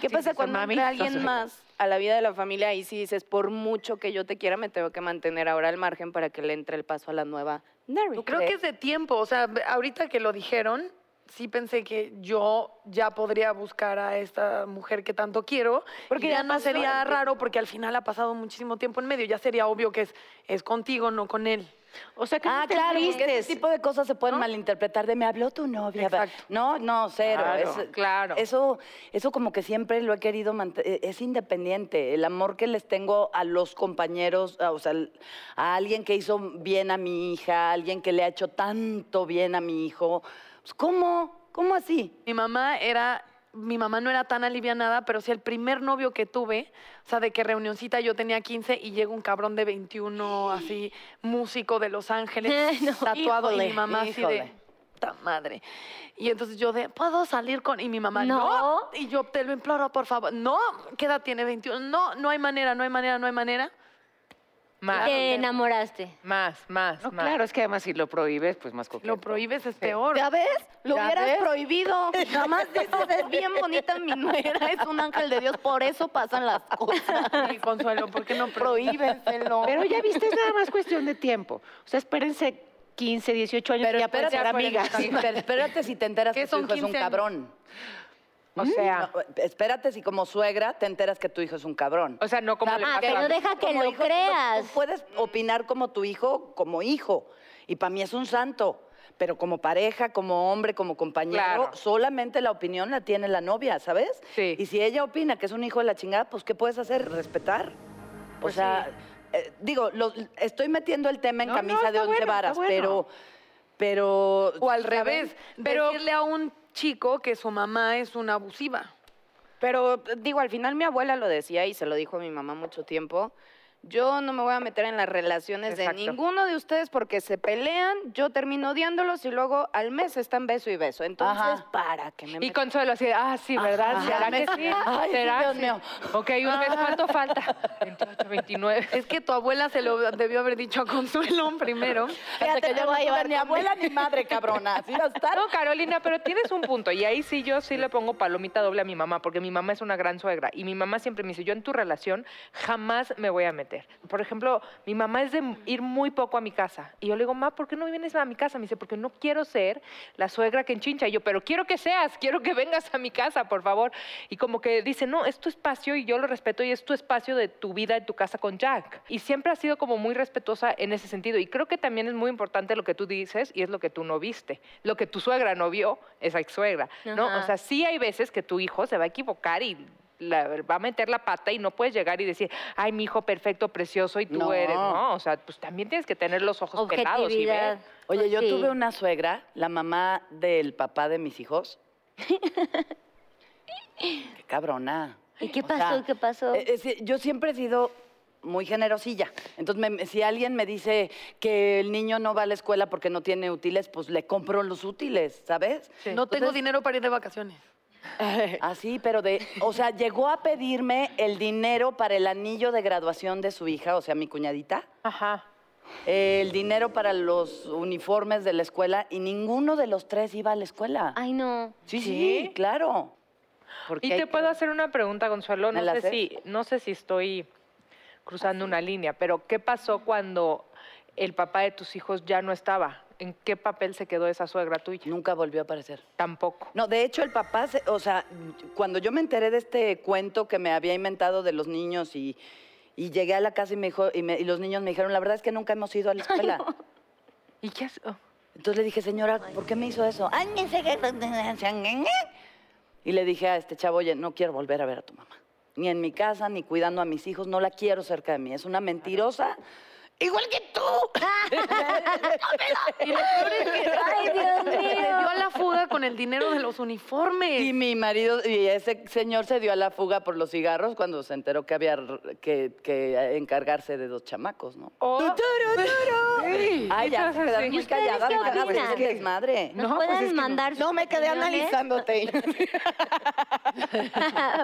H: ¿Qué
F: Sí,
H: pasa
F: son
H: cuando
F: mami,
H: entra
F: son
H: alguien
F: suegras.
H: más a la vida de la familia? Y si dices, por mucho que yo te quiera, me tengo que mantener ahora al margen para que le entre el paso a la nueva Neri.
C: Creo que es de tiempo. O sea, ahorita que lo dijeron, sí pensé que yo ya podría buscar a esta mujer que tanto quiero.
H: Porque
C: Porque
H: ya
C: ya no
H: pasó
C: sería
H: el-
C: raro porque al final ha pasado muchísimo tiempo en medio. Ya sería obvio que es, es contigo, no con él.
F: O sea, que
D: Ah,
F: no te
D: claro, porque
F: fuiste.
D: ese tipo de cosas se pueden malinterpretar de me habló tu novia. va".
C: Exacto.
D: No, no, cero.
B: Claro,
D: es-
B: claro.
D: Eso, eso como que siempre lo he querido mantener, es independiente. El amor que les tengo a los compañeros, a, o sea, al- a alguien que hizo bien a mi hija, a alguien que le ha hecho tanto bien a mi hijo. Pues, ¿Cómo? ¿Cómo así?
C: Mi mamá era, mi mamá no era tan alivianada, pero sí el primer novio que tuve, o sea, de que reunioncita yo tenía 15 y llega un cabrón de 21, así, músico de Los Ángeles, tatuado, y mi
D: Híjole,
C: mamá así de,
D: híjole.
C: "Ta madre. Y entonces yo de, ¿puedo salir con...? Y mi mamá, no.
E: No.
C: Y yo, te lo imploro, por favor. No, ¿qué edad tiene? 21. No, no hay manera, no hay manera, no hay manera.
B: Más,
E: Te enamoraste.
B: más, más,
F: No,
B: más.
F: claro, es que además si lo prohíbes, pues más coqueto.
C: Lo prohíbes es peor.
G: ¿Ya ves? Lo
C: ¿Ya
G: hubieras
C: ves?
G: prohibido. Nada más dices, es bien bonita mi nuera, es un ángel de Dios, por eso pasan las cosas.
C: Y Consuelo, ¿por qué no
G: Prohíbenselo.
F: Pero ya viste, es nada más cuestión de tiempo. O sea, espérense 15, 18 años y ya pueden ser amigas.
D: Sí, pero espérate si te enteras
C: ¿Qué
D: que tu
C: son
D: hijo es un
C: 15 años?
D: cabrón.
B: O sea,
H: Mm.
D: No, espérate si como suegra te enteras que tu hijo es un cabrón.
B: o sea, no como le
E: Ah,
B: pasa a-
E: pero deja que
D: como
E: lo
D: hijo, tú no-
E: creas.
D: tú puedes opinar como tu hijo, como hijo. Y para mí es un santo. Pero como pareja, como hombre, como compañero,
B: Claro.
D: solamente la opinión la tiene la novia, ¿sabes?
B: Sí.
D: Y si ella opina que es un hijo de la chingada, pues ¿qué puedes hacer? Respetar. O
B: Pues
D: sea, eh, digo, lo- estoy metiendo el tema en
F: No, no,
D: camisa de
F: está
D: once
F: bueno, está
D: varas,
F: bueno.
D: pero, pero.
C: O al
D: ¿saben?
C: revés, decirle a un chico que su mamá es una abusiva.
H: Pero digo, al final mi abuela lo decía y se lo dijo a mi mamá mucho tiempo. Yo no me voy a meter en las relaciones
B: Exacto.
H: de ninguno de ustedes porque se pelean, yo termino odiándolos y luego al mes están beso y beso. Entonces,
D: Ajá.
H: para que me
B: Y
H: metan.
B: Consuelo así, de, ah, sí, ¿verdad?
D: Ajá.
B: ¿Será que
D: Mes-
B: sí?
D: Ay, sí,
B: ¿Será
D: Dios
B: que sí?
D: mío.
B: Ok, un mes, ¿cuánto falta? 28, 29.
C: Es que tu abuela se lo debió haber dicho a Consuelo primero.
D: Hasta que
G: te
D: ya
G: voy
D: no
G: a
D: tuve
G: llevar
D: ni abuela ni madre, cabrona. Así va a estar.
B: No, Carolina, pero tienes un punto. Y ahí sí yo sí le pongo palomita doble a mi mamá, porque mi mamá es una gran suegra. Y mi mamá siempre me dice, yo en tu relación jamás me voy a meter. meter. Por ejemplo, mi mamá es de ir muy poco a mi casa. Y yo le digo, ma, ¿por qué no vienes a mi casa? Me dice, porque no quiero ser la suegra que enchincha. Y yo, pero quiero que seas, quiero que vengas a mi casa, por favor. Y como que dice, no, es tu espacio y yo lo respeto y es tu espacio de tu vida en tu casa con Jack. Y siempre ha sido como muy respetuosa en ese sentido. Y creo que también es muy importante lo que tú dices y es lo que tú no viste. Lo que tu suegra no vio, esa ex suegra, ¿no?
E: Ajá.
B: O sea, sí hay veces que tu hijo se va a equivocar y la- va a meter la pata y no puedes llegar y decir, ay, mi hijo perfecto, precioso, y tú
D: No.
B: eres, ¿no? O sea, pues también tienes que tener los ojos pelados y ver.
E: Objetividad.
D: Oye,
E: Pues
D: yo
E: sí.
D: tuve una suegra, la mamá del papá de mis hijos. Qué cabrona.
E: ¿Y qué
D: O sea,
E: pasó? ¿Qué pasó?
D: Eh, eh, sí, yo siempre he sido muy generosilla. Entonces, me- me- si alguien me dice que el niño no va a la escuela porque no tiene útiles, pues le compro los útiles, ¿sabes?
C: No tengo dinero para ir de vacaciones.
D: Así, pero de, o sea, llegó a pedirme el dinero para el anillo de graduación de su hija, o sea, mi cuñadita,
B: Ajá.
D: el dinero para los uniformes de la escuela y ninguno de los tres iba a la escuela.
E: Ay, no.
D: sí, sí, claro.
B: Y te puedo hacer una pregunta, Consuelo.
D: ¿Me
B: No
D: la
B: sé,
D: haces? Ah,
B: si, no sé si estoy cruzando una línea, pero ¿qué pasó cuando el papá de tus hijos ya no estaba? ¿En qué papel se quedó esa suegra tuya?
D: Nunca volvió a aparecer.
B: Tampoco.
D: No, de hecho el papá, se- o sea, cuando yo me enteré de este cuento que me había inventado de los niños y, y llegué a la casa y, me dijo, y, me- y los niños me dijeron, la verdad es que nunca hemos ido a la escuela.
B: ¿Y qué hace- oh,
D: Entonces le dije, señora, ¿por qué me hizo eso? Ay, me sé que- Y le dije a este chavo, oye, no quiero volver a ver a tu mamá. Ni en mi casa, ni cuidando a mis hijos, no la quiero cerca de mí. Es una mentirosa. Igual que tú.
E: Ay, Dios
C: Se dio a
E: mío.
C: la fuga con el dinero de los uniformes.
D: Y mi marido, y ese señor se dio a la fuga por los cigarros cuando se enteró que había r- que, que encargarse de dos chamacos, ¿no?
B: o-
C: Sí.
D: Ay, ya, se
B: Entonces,
D: quedaron
B: sí.
E: ¿Y
D: muy
E: ustedes
D: calladas,
E: qué
D: van a ver
E: opinan?
D: el desmadre.
E: ¿Nos pueden mandar sus
I: No, me quedé
E: opiniones?
I: analizándote.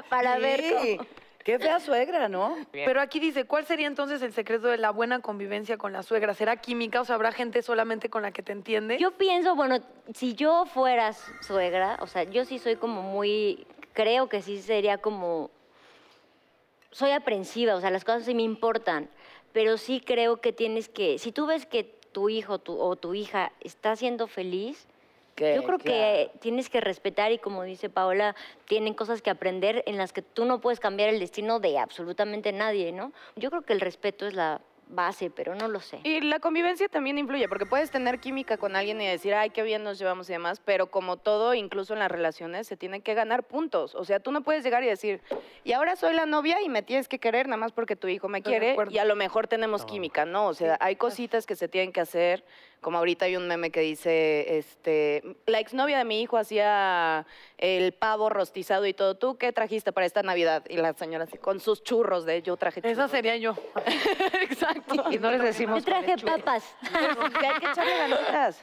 E: Para ver
D: Sí,
E: cómo-
D: Qué fea suegra, ¿no?
C: Pero aquí dice, ¿cuál sería entonces el secreto de la buena convivencia con la suegra? ¿Será química o sea, habrá gente solamente con la que te entiende?
E: Yo pienso, bueno, si yo fuera suegra, o sea, yo sí soy como muy, creo que sí sería como, soy aprensiva, o sea, las cosas sí me importan, pero sí creo que tienes que, si tú ves que tu hijo tu- o tu hija está siendo feliz,
D: Que,
E: yo creo que tienes que respetar y como dice Paola, tienen cosas que aprender en las que tú no puedes cambiar el destino de absolutamente nadie, ¿no? Yo creo que el respeto es la base, pero no lo sé.
I: Y la convivencia también influye, porque puedes tener química con alguien y decir, ay, qué bien nos llevamos y demás, pero como todo, incluso en las relaciones, se tienen que ganar puntos. O sea, tú no puedes llegar y decir, y ahora soy la novia y me tienes que querer nada más porque tu hijo me
C: Estoy de
I: quiere
C: acuerdo.
I: y a lo mejor tenemos química, ¿no? O sea, hay cositas que se tienen que hacer, como ahorita hay un meme que dice, este, la exnovia de mi hijo hacía el pavo rostizado y todo, ¿tú qué trajiste para esta Navidad? Y la señora así, con sus churros de yo traje churros.
C: Esa sería yo. Exacto.
F: Y no les decimos
E: Yo traje papas.
I: Que hay que echarle ganitas.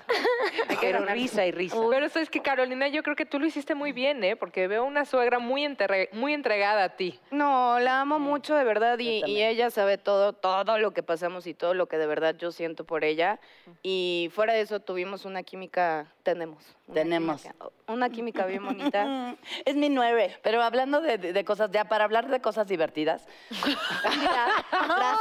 I: Hay que
F: pero
I: ganar.
F: risa y risa.
B: Pero sabes que Carolina, yo creo que tú lo hiciste muy bien, ¿eh? Porque veo una suegra muy, enterre- muy entregada a ti.
I: No, la amo mucho de verdad y,
D: Yo
I: y ella sabe todo, todo lo que pasamos y todo lo que de verdad yo siento por ella. Y fuera de eso tuvimos una química, tenemos. una
D: Tenemos.
I: química- una química bien bonita.
D: Es mi nueve. Pero hablando de, de- de cosas, ya para hablar de cosas divertidas. un día, gracias.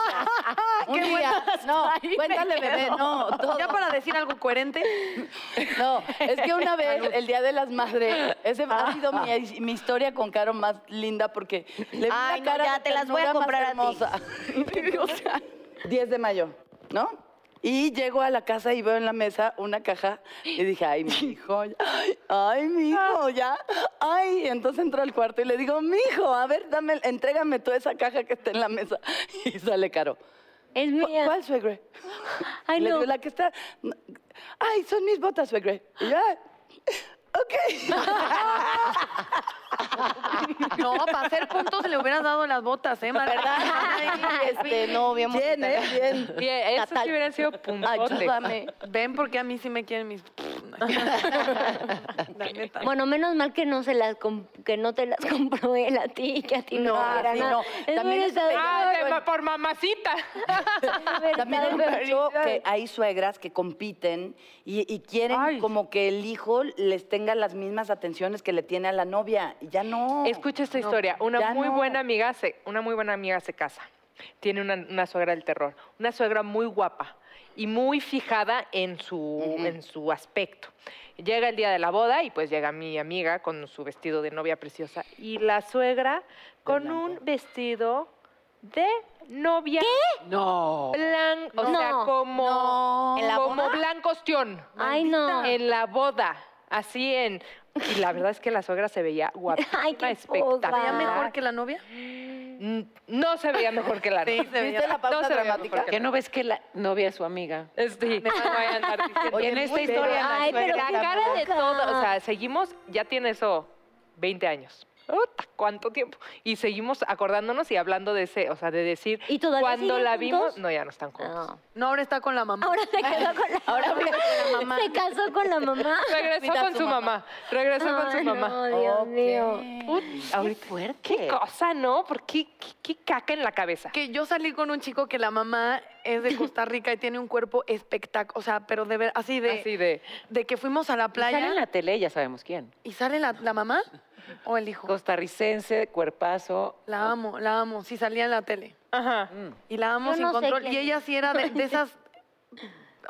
D: Un día. No, cuéntale, bebé. No, todo.
C: Ya para decir algo coherente,
D: No, es que una vez, el Día de las Madres, ese
G: Ah.
D: ha sido mi, mi historia con Caro más linda porque le vi
G: Ay, no,
D: la cara
G: ya
D: de
G: te las voy a
D: ternura más
G: comprar
D: hermosa. O sea, 10 de mayo, ¿no? Y llego a la casa y veo en la mesa una caja y dije, ay, mi hijo, ay, mi
G: Ah.
D: hijo, ya. Ay, entonces entro al cuarto y le digo, mi hijo, a ver, dame, entrégame toda esa caja que está en la mesa. Y sale Caro.
E: Es
D: "¿Cu-
E: mía.
D: ¿Cuál, suegre?
E: Ay,
D: Le
E: no.
D: digo, la que está. no, Ay, son mis botas, suegre. Y yo, "Ah, ok.
C: no, para hacer puntos le hubieras dado las botas, ¿eh? Mar?
I: Ay, este, no, bien
D: Bien,
I: bonita.
D: ¿eh? Bien.
B: Y eso sí hubieran sido puntotes.
I: Ayúdame.
C: Ven porque a mí sí me quieren mis... La neta.
E: Bueno, menos mal que no se las com- que no te las compró él a ti, que a ti no,
D: No,
E: era
D: sí,
E: nada.
D: no.
E: Es
D: También
E: muy
D: es-
B: Ah,
E: desagradable.
B: de ma- por mamacita.
D: También hay mucho que hay suegras que compiten y, y quieren
B: Ay.
D: como que el hijo les tenga las mismas atenciones que le tiene a la novia. Y ya no.
B: Escucha esta historia. Una
D: ya
B: muy
D: no.
B: buena amiga se, una muy buena amiga se casa. tiene una, una suegra del terror, una suegra muy guapa y muy fijada en su, en su aspecto. Llega el día de la boda y pues llega mi amiga con su vestido de novia preciosa y la suegra con un vestido de novia
F: No.
B: blanco, o sea,
E: No.
B: como,
G: ¿En la
B: como
G: boda?
B: blanco ostión.
D: Ah,
E: Ay, no.
B: En la boda, así en... Y la verdad es que la suegra se veía guapísima,
E: Ay, qué
B: espectacular.
E: poca.
C: ¿Mejor que la novia?
B: N- No se veía mejor que la novia.
I: ¿Viste la pausa
B: No se veía
I: dramática?
B: mejor
F: ¿Qué no ves que la novia es su amiga?
B: Sí, no voy a andar diciendo.
F: en esta historia, la
E: Ay, pero
B: la
E: qué
B: cara de
E: poca.
B: todo, o sea, seguimos, ya tiene eso 20 años. Uta, ¿Cuánto tiempo? Y seguimos acordándonos y hablando de ese, o sea, de decir,
E: ¿Y todavía
B: cuando
E: siguen
B: la
E: juntos? Ah.
B: vimos, no, ya no están juntos.
E: No.
C: No, ahora está con la mamá.
E: Ahora se casó con la
I: Ahora vive con la mamá.
E: Se casó con la mamá.
B: Regresó
I: Mira
B: con
I: su
B: su mamá. regresó con su
E: Ay,
B: mamá.
E: No, Dios
I: Ok.
E: mío.
B: Ut, ahorita- qué cosa, ¿no? ¿Por qué, qué, qué caca en la cabeza?
C: Que yo salí con un chico que la mamá es de Costa Rica y tiene un cuerpo espectacular. O sea, pero de ver, así de,
B: Así de,
C: de que fuimos a la playa
F: Sale en la tele, ya sabemos quién.
C: y sale la, la mamá o el hijo.
F: Costarricense, cuerpazo.
C: La amo, la amo. Sí, salía en la tele.
B: ajá.
C: Y la amo
E: Yo
C: sin
E: no sé
C: control.
E: quién
C: Y ella sí era de, de esas.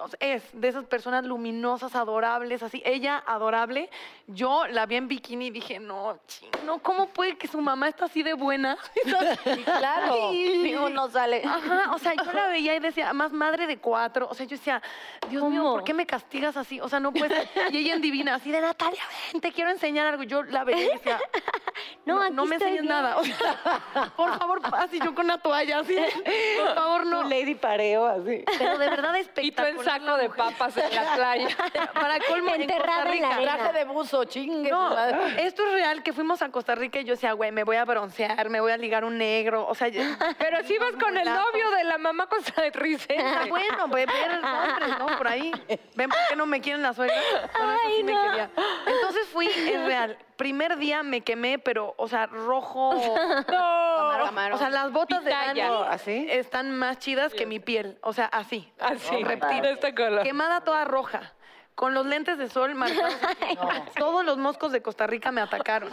C: o sea, Es de esas personas luminosas, adorables, así. Ella, adorable. Yo la vi en bikini y dije, no, ching, no, ¿cómo puede que su mamá está así de buena?
I: Claro. Digo, no sale.
C: Ajá, o sea, yo la veía y decía, más madre de cuatro. O sea, yo decía, Dios mío, ¿por
E: ¿Cómo?
C: qué me castigas así? O sea, no puede ser. Y ella en divina, así de Natalia, ven, te quiero enseñar algo. Yo la veía y decía,
E: No,
C: no, no,
E: aquí
C: me
E: estoy
C: enseñes
E: bien.
C: nada. O sea, por favor, así yo con una toalla, así, de, por favor, no.
F: Un lady pareo, así.
C: Pero de verdad
B: Y tú en
C: espectacular.
B: saco de papas en la playa.
C: Para colmo, en Costa
E: Enterrada en la
C: Rica.
E: arena.
I: Traje de buzo, chingue. su
C: No,
I: madre.
C: esto es real, que fuimos a Costa Rica y yo decía, güey, me voy a broncear, me voy a ligar un negro, o sea... yo-
B: Pero si vas con el
C: mulatos.
B: novio de la mamá
C: Ah,
B: costarricense.
C: Bueno, pues ver el nombre, ¿no? Por ahí. ¿Ven por qué no me quieren la suegra? Bueno, eso sí me quería. Entonces fui, es real. Primer día me quemé, pero, o sea, rojo.
I: Camarón.
C: O sea, las botas de
B: Pitaya.
C: Dani
F: ¿Así?
C: están más chidas que mi piel. O sea, así.
B: Así,
C: reptil.
B: de este color.
C: Quemada toda roja. Con los lentes de sol marcados. aquí. Todos los moscos de Costa Rica me atacaron.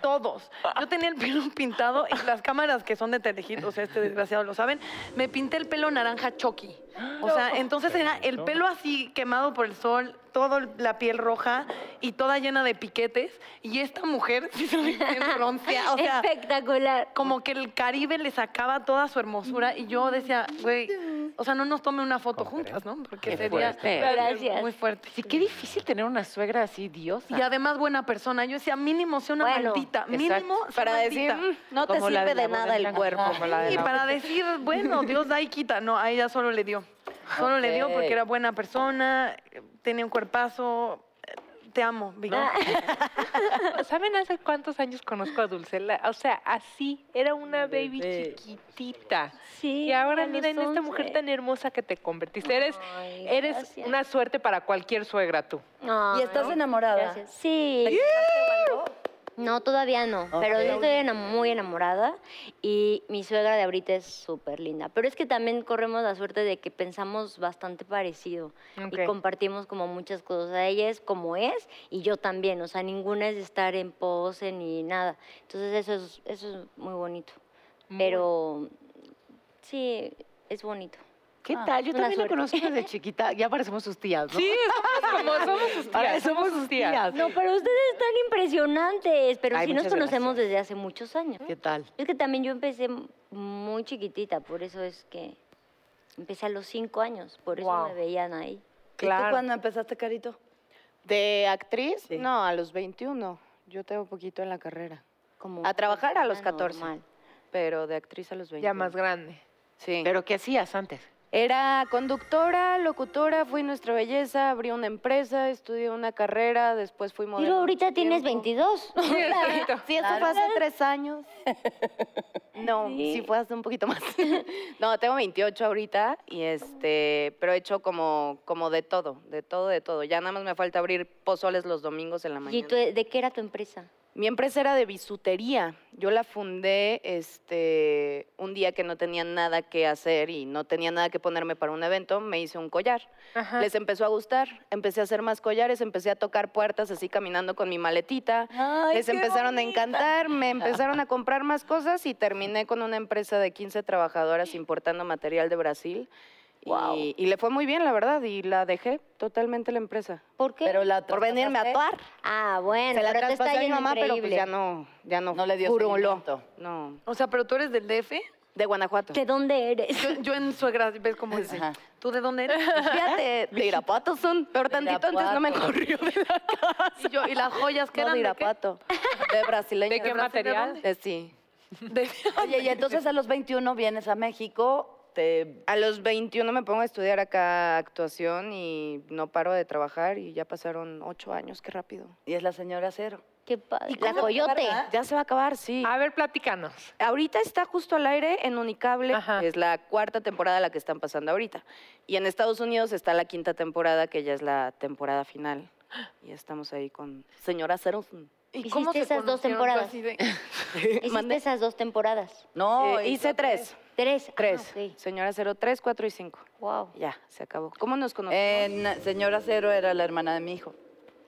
C: Todos. Yo tenía el pelo pintado y las cámaras que son de Telehit, o sea, este desgraciado lo saben, me pinté el pelo naranja choqui. O sea, entonces era el pelo así quemado por el sol, toda la piel roja y toda llena de piquetes. Y esta mujer sí se ve bien bronceada. O sea,
E: Espectacular.
C: como que el Caribe le sacaba toda su hermosura y yo decía, güey, o sea, no nos tome una foto juntas, ¿no? Porque
F: Qué
C: sería
F: fuerte.
E: Gracias.
C: muy fuerte.
F: Sí, qué difícil tener una suegra así, diosa.
C: Y además buena persona. Yo decía, mínimo sea una
E: Bueno,
C: maldita,
F: exacto.
C: mínimo sea
I: Para decir,
C: maldita.
I: "Mm, no te
F: Como la
I: sirve
F: de la
I: de
F: boda
I: nada el
F: blanca.
I: cuerpo.
F: Como la de
C: Y
F: la
C: para decir, bueno, Dios da y quita. No, a ella solo le dio. Solo le dio porque
I: Ok.
C: era buena persona, eh, tenía un cuerpazo. eh, Te amo, Vicky.
D: Ah.
B: ¿Saben hace cuántos años conozco a Dulcela? O sea, así, era una baby chiquitita.
E: Sí,
B: Y ahora
E: a los
B: miren esta
E: 11.
B: mujer tan hermosa que te convertiste. Eres,
E: Ay,
B: eres
E: gracias.
B: una suerte para cualquier suegra tú.
E: Ay,
I: ¿Y estás enamorada?
E: gracias. Sí. No, todavía no. Pero yo estoy ena- muy enamorada y mi suegra de ahorita es súper linda. Pero es que también corremos la suerte de que pensamos bastante parecido y
B: Ok.
E: compartimos como muchas cosas. Ella es como es y yo también. O sea, ninguna es de estar en pose ni nada. Entonces eso es, eso es muy bonito. Pero sí, es bonito.
F: ¿Qué tal? Yo
E: una
F: también la
E: suerte.
F: conozco desde chiquita. Ya parecemos sus tías, ¿no?
B: Sí, somos como somos sus
F: Ahora
B: tías.
F: somos sus tías.
E: No, pero ustedes están impresionantes. Pero
F: Ay,
E: sí nos
F: muchas
E: conocemos
F: gracias.
E: desde hace muchos años.
F: ¿Qué tal?
E: Es que también yo empecé m- muy chiquitita, por eso es que empecé a los cinco años, por eso
B: Guau.
E: me veían ahí.
I: ¿Y tú
B: Claro.
I: cuándo empezaste, Carito?
C: ¿De actriz?
I: No, a los 21. Yo tengo poquito en la carrera.
E: Como
I: A trabajar a los
E: persona
I: 14.
E: normal.
I: Pero de actriz a los 21.
B: Ya más grande.
I: Sí.
F: ¿Pero qué hacías antes?
I: Era conductora, locutora, fui nuestra belleza, abrí una empresa, estudié una carrera, después fui modelo.
E: Pero ahorita
I: un
E: tienes
I: tiempo.
E: 22.
I: Sí, eso fue hace tres años. No, sí.
E: Sí.
I: fue hace un poquito más. No, tengo 28 ahorita y este, pero he hecho como, como de todo, de todo, de todo. Ya nada más me falta abrir pozoles los domingos en la
E: ¿Y
I: mañana.
E: tú, de qué era tu empresa?
D: Mi empresa era de bisutería. Yo la fundé este, un día que no tenía nada que hacer y no tenía nada que ponerme para un evento. Me hice un collar.
B: Ajá.
D: Les empezó a gustar. Empecé a hacer más collares, empecé a tocar puertas así caminando con mi maletita. Les empezaron a encantar, me empezaron a comprar más cosas y terminé con una empresa de 15 trabajadoras importando material de Brasil. Y- Y, le fue muy bien, la verdad, y la dejé totalmente la empresa.
E: ¿Por qué?
D: Pero la por venirme a actuar.
E: ah, bueno,
D: Se la
E: pero te está
D: traspasé a mi
E: yendo
D: mamá, pero pues
E: increíble.
D: ya no, ya no.
J: No le dio
D: furuló.
J: seguimiento.
D: No,
C: O sea, pero tú eres del DF.
D: de Guanajuato.
E: ¿De dónde eres?
C: Yo, yo en suegra, ¿ves cómo dicen?
J: Ajá.
C: ¿Tú de dónde eres?
D: Pues Fíjate, de Irapuato son, pero tantito antes no me corrió de la casa.
C: Y, yo, y las joyas que
D: No,
C: eran
D: de
C: de qué?
D: Irapuato. De brasileño.
B: ¿De qué material?
D: Eh, sí.
J: Oye, y entonces a los 21 vienes a México, te...
D: A los 21 me pongo a estudiar acá actuación y no paro de trabajar y ya pasaron ocho años, qué rápido.
J: y es la señora cero.
E: Qué padre. La coyote.
D: Ya se va a acabar, sí.
B: A ver, platícanos.
D: Ahorita está justo al aire en Unicable,
B: Ajá.
D: que es la cuarta temporada la que están pasando ahorita. Y en Estados Unidos está la quinta temporada, que ya es la temporada final. Y estamos ahí con señora Cero.
C: ¿Y
E: Hiciste esas dos
C: conocieron? Yo
E: temporadas.
C: así de-
E: Hiciste esas dos temporadas.
J: No,
D: Eh,
J: y-
D: hice tres.
E: Tres.
D: Tres.
E: Ah, ok.
D: Señora Cero, tres, cuatro y cinco.
E: Wow.
D: Ya, se acabó. ¿Cómo nos conocimos?
J: en- señora cero era la hermana de mi hijo.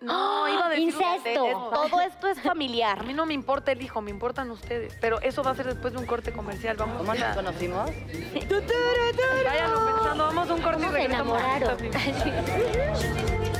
C: No,
D: ¡Ah!
C: iba a decir una- de-
E: Incesto.
K: Todo esto es
C: A
K: familiar.
C: mí no me importa el hijo, me importan ustedes. Pero eso va a ser después de un corte comercial. Vamos
J: ¿Cómo
C: a-
J: nos conocimos?
C: Váyanlo pensando, vamos a un corte y
E: ¿Cómo se
C: regresamos.
E: enamoraron?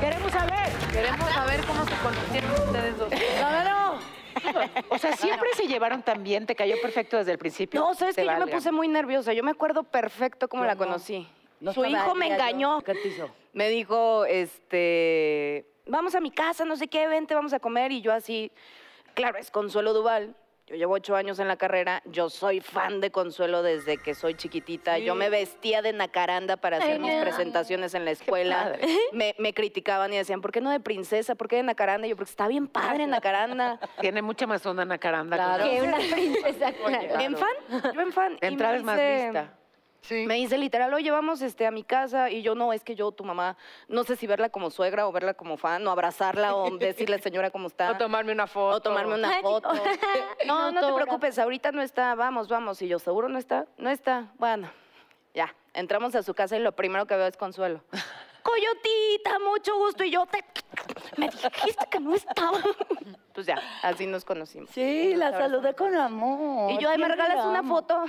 C: Queremos saber cómo se conocieron ustedes dos.
F: O sea, siempre se llevaron tan bien, te cayó perfecto desde el principio.
D: No, sabes
F: Te
D: que yo me
F: valga.
D: puse muy nerviosa. Yo me acuerdo perfecto cómo la conocí.
J: No
D: Su
J: estaba
D: hijo me
J: ni allá.
D: engañó.
J: ¿Qué te hizo?
D: Me dijo, este, vamos a mi casa, no sé qué, vente, vamos a comer. Y yo así, claro, es Consuelo Duval. Yo llevo ocho años en la carrera. Yo soy fan de Consuelo desde que soy chiquitita. Yo me vestía de nacaranda para hacer mis presentaciones en la escuela. Me, me criticaban y decían, ¿por qué no de princesa? ¿Por qué de nacaranda? Y yo, porque está bien padre nacaranda.
F: Tiene mucha más onda Nacaranda.
D: Claro.
E: Que una princesa. claro.
D: ¿En fan? Yo en fan.
F: De
D: Y me
F: entrada es más
D: dice-
F: vista.
D: Me dice literal, oye, vamos este, a mi casa. Y yo, no, es que yo, tu mamá, no sé si verla como suegra o verla como fan, o abrazarla o decirle, señora, cómo está.
B: O tomarme una foto.
D: O tomarme una
E: Ay,
D: foto. No, no te
E: Autógrafo.
D: preocupes, ahorita no está, vamos, vamos. Y yo, ¿seguro no está? No está. Bueno, ya. Entramos a su casa y lo primero que veo es Consuelo. Coyotita, mucho gusto. Y yo, te... me dijiste que no estaba. Pues ya, así nos conocimos.
J: Sí, la saludé con amor.
D: Y yo, ay, me
J: Siempre
D: regalas
J: la
D: una
J: amo.
D: foto.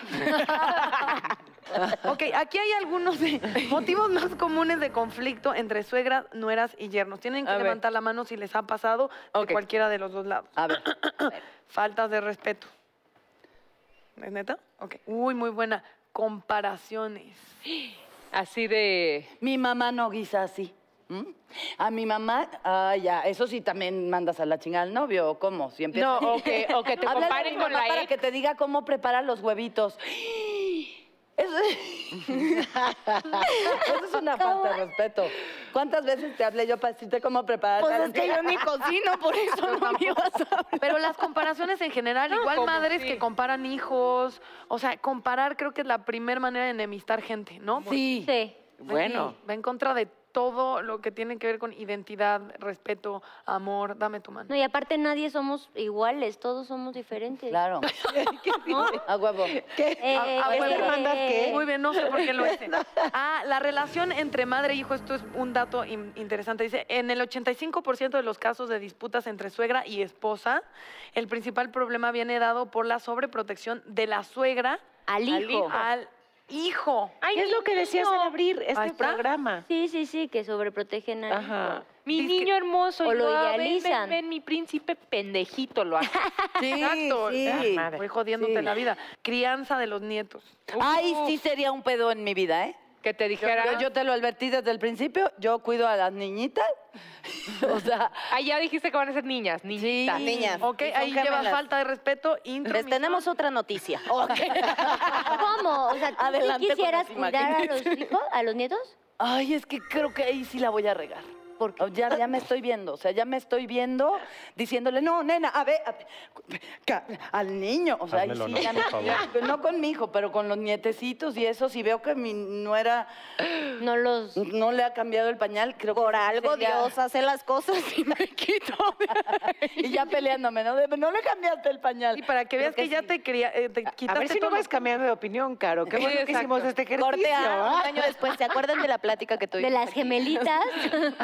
C: Ok, aquí hay algunos de- motivos más comunes de conflicto entre suegras, nueras y yernos. Tienen que
B: A ver.
C: levantar la mano si les ha pasado
B: Ok.
C: de cualquiera de los dos lados.
J: A ver,
C: Faltas de respeto. ¿Es neta? Ok. Uy, muy buena. Comparaciones.
B: Así de.
J: mi mamá no guisa así. ¿m? A mi mamá, ah, ya, eso sí también mandas a la chingada al novio, ¿o cómo? Si empiezas-
B: No, o que, o que te
J: Háblale a
B: comparen
J: mi
B: con
J: mamá
B: la
J: para
B: ex.
J: que te diga cómo preparar los huevitos. Eso, Eso es una falta de respeto. ¿Cuántas veces te hablé yo para decirte cómo preparar?
D: Pues
J: la-
D: es que yo ni cocino, por eso no me ibas a
C: Pero las comparaciones en general, igual
B: ¿cómo
C: madres
B: sí?
C: que comparan hijos. O sea, comparar creo que es la primera manera de enemistar gente, ¿no?
J: Sí.
E: Sí.
F: Bueno.
C: Va en contra de todo lo que tiene que ver con identidad, respeto, amor. Dame tu mano.
E: No, y aparte nadie somos iguales, todos somos diferentes.
J: Claro. A huevo.
E: Eh,
C: a
E: eh,
C: huevo.
F: hermandad qué?
C: Muy bien, no sé por qué lo hice. Ah, la relación entre madre e hijo, esto es un dato in- interesante. Dice, en el 85% de los casos de disputas entre suegra y esposa, el principal problema viene dado por la sobreprotección de la suegra
E: Al hijo.
C: al hijo.
F: ¿Qué es lo que decías al abrir este
C: Ahí está.
F: programa?
E: Sí, sí, sí, que sobreprotegen a
F: Ajá.
B: Mi
C: Dice que-
B: niño hermoso.
E: o
B: y
E: lo
B: yo, ah, ven, ven,
E: idealizan.
B: Ven, mi príncipe pendejito lo hace.
J: Sí,
B: Exacto.
J: sí.
B: Ah, madre.
C: Voy jodiéndote la vida. Crianza de los nietos.
B: Uh.
J: Ay, sí sería un pedo en mi vida, ¿eh?
B: Que te dijera.
J: Yo, yo te lo advertí desde el principio, yo cuido a las niñitas. o sea,
B: Ah, ya dijiste que van a ser niñas, niñitas.
D: Niñas.
C: Ok,
D: y son
C: ahí lleva
D: gemelas.
C: falta de respeto,
D: Les
C: intromisión.
D: tenemos otra noticia.
E: ¿Cómo? O sea, ¿tú sí
D: Adelante con
E: quisieras
D: las
E: cuidar a los hijos, a los nietos?
J: ay, es que creo que ahí sí la voy a regar.
E: Porque
D: Oh, Ya, ya me estoy viendo, o sea, ya me estoy viendo diciéndole, no, nena, a ver, a ver, ca- al niño, o sea, ahí
L: Házmelo,
D: sí,
L: no,
D: ya
L: por
D: no-
L: favor.
D: no con mi hijo, pero con los nietecitos y eso, si veo que mi nuera
E: no los...
D: no le ha cambiado el pañal, creo que...
G: Por
D: sí
G: algo
D: sería-
G: Dios hace las cosas y me quito.
D: Y ya peleándome, ¿no? De, no le cambiaste el pañal.
C: Y para que veas que, ya te, quería, eh, te
F: A
C: quitaste
F: ver si no
C: todo.
F: vas cambiando de opinión, Caro. Qué bueno que
C: exacto.
F: hicimos este ejercicio.
G: Corte a
F: ¿ah?
G: un año después. ¿Se acuerdan de la plática que tuvimos?
E: De las gemelitas.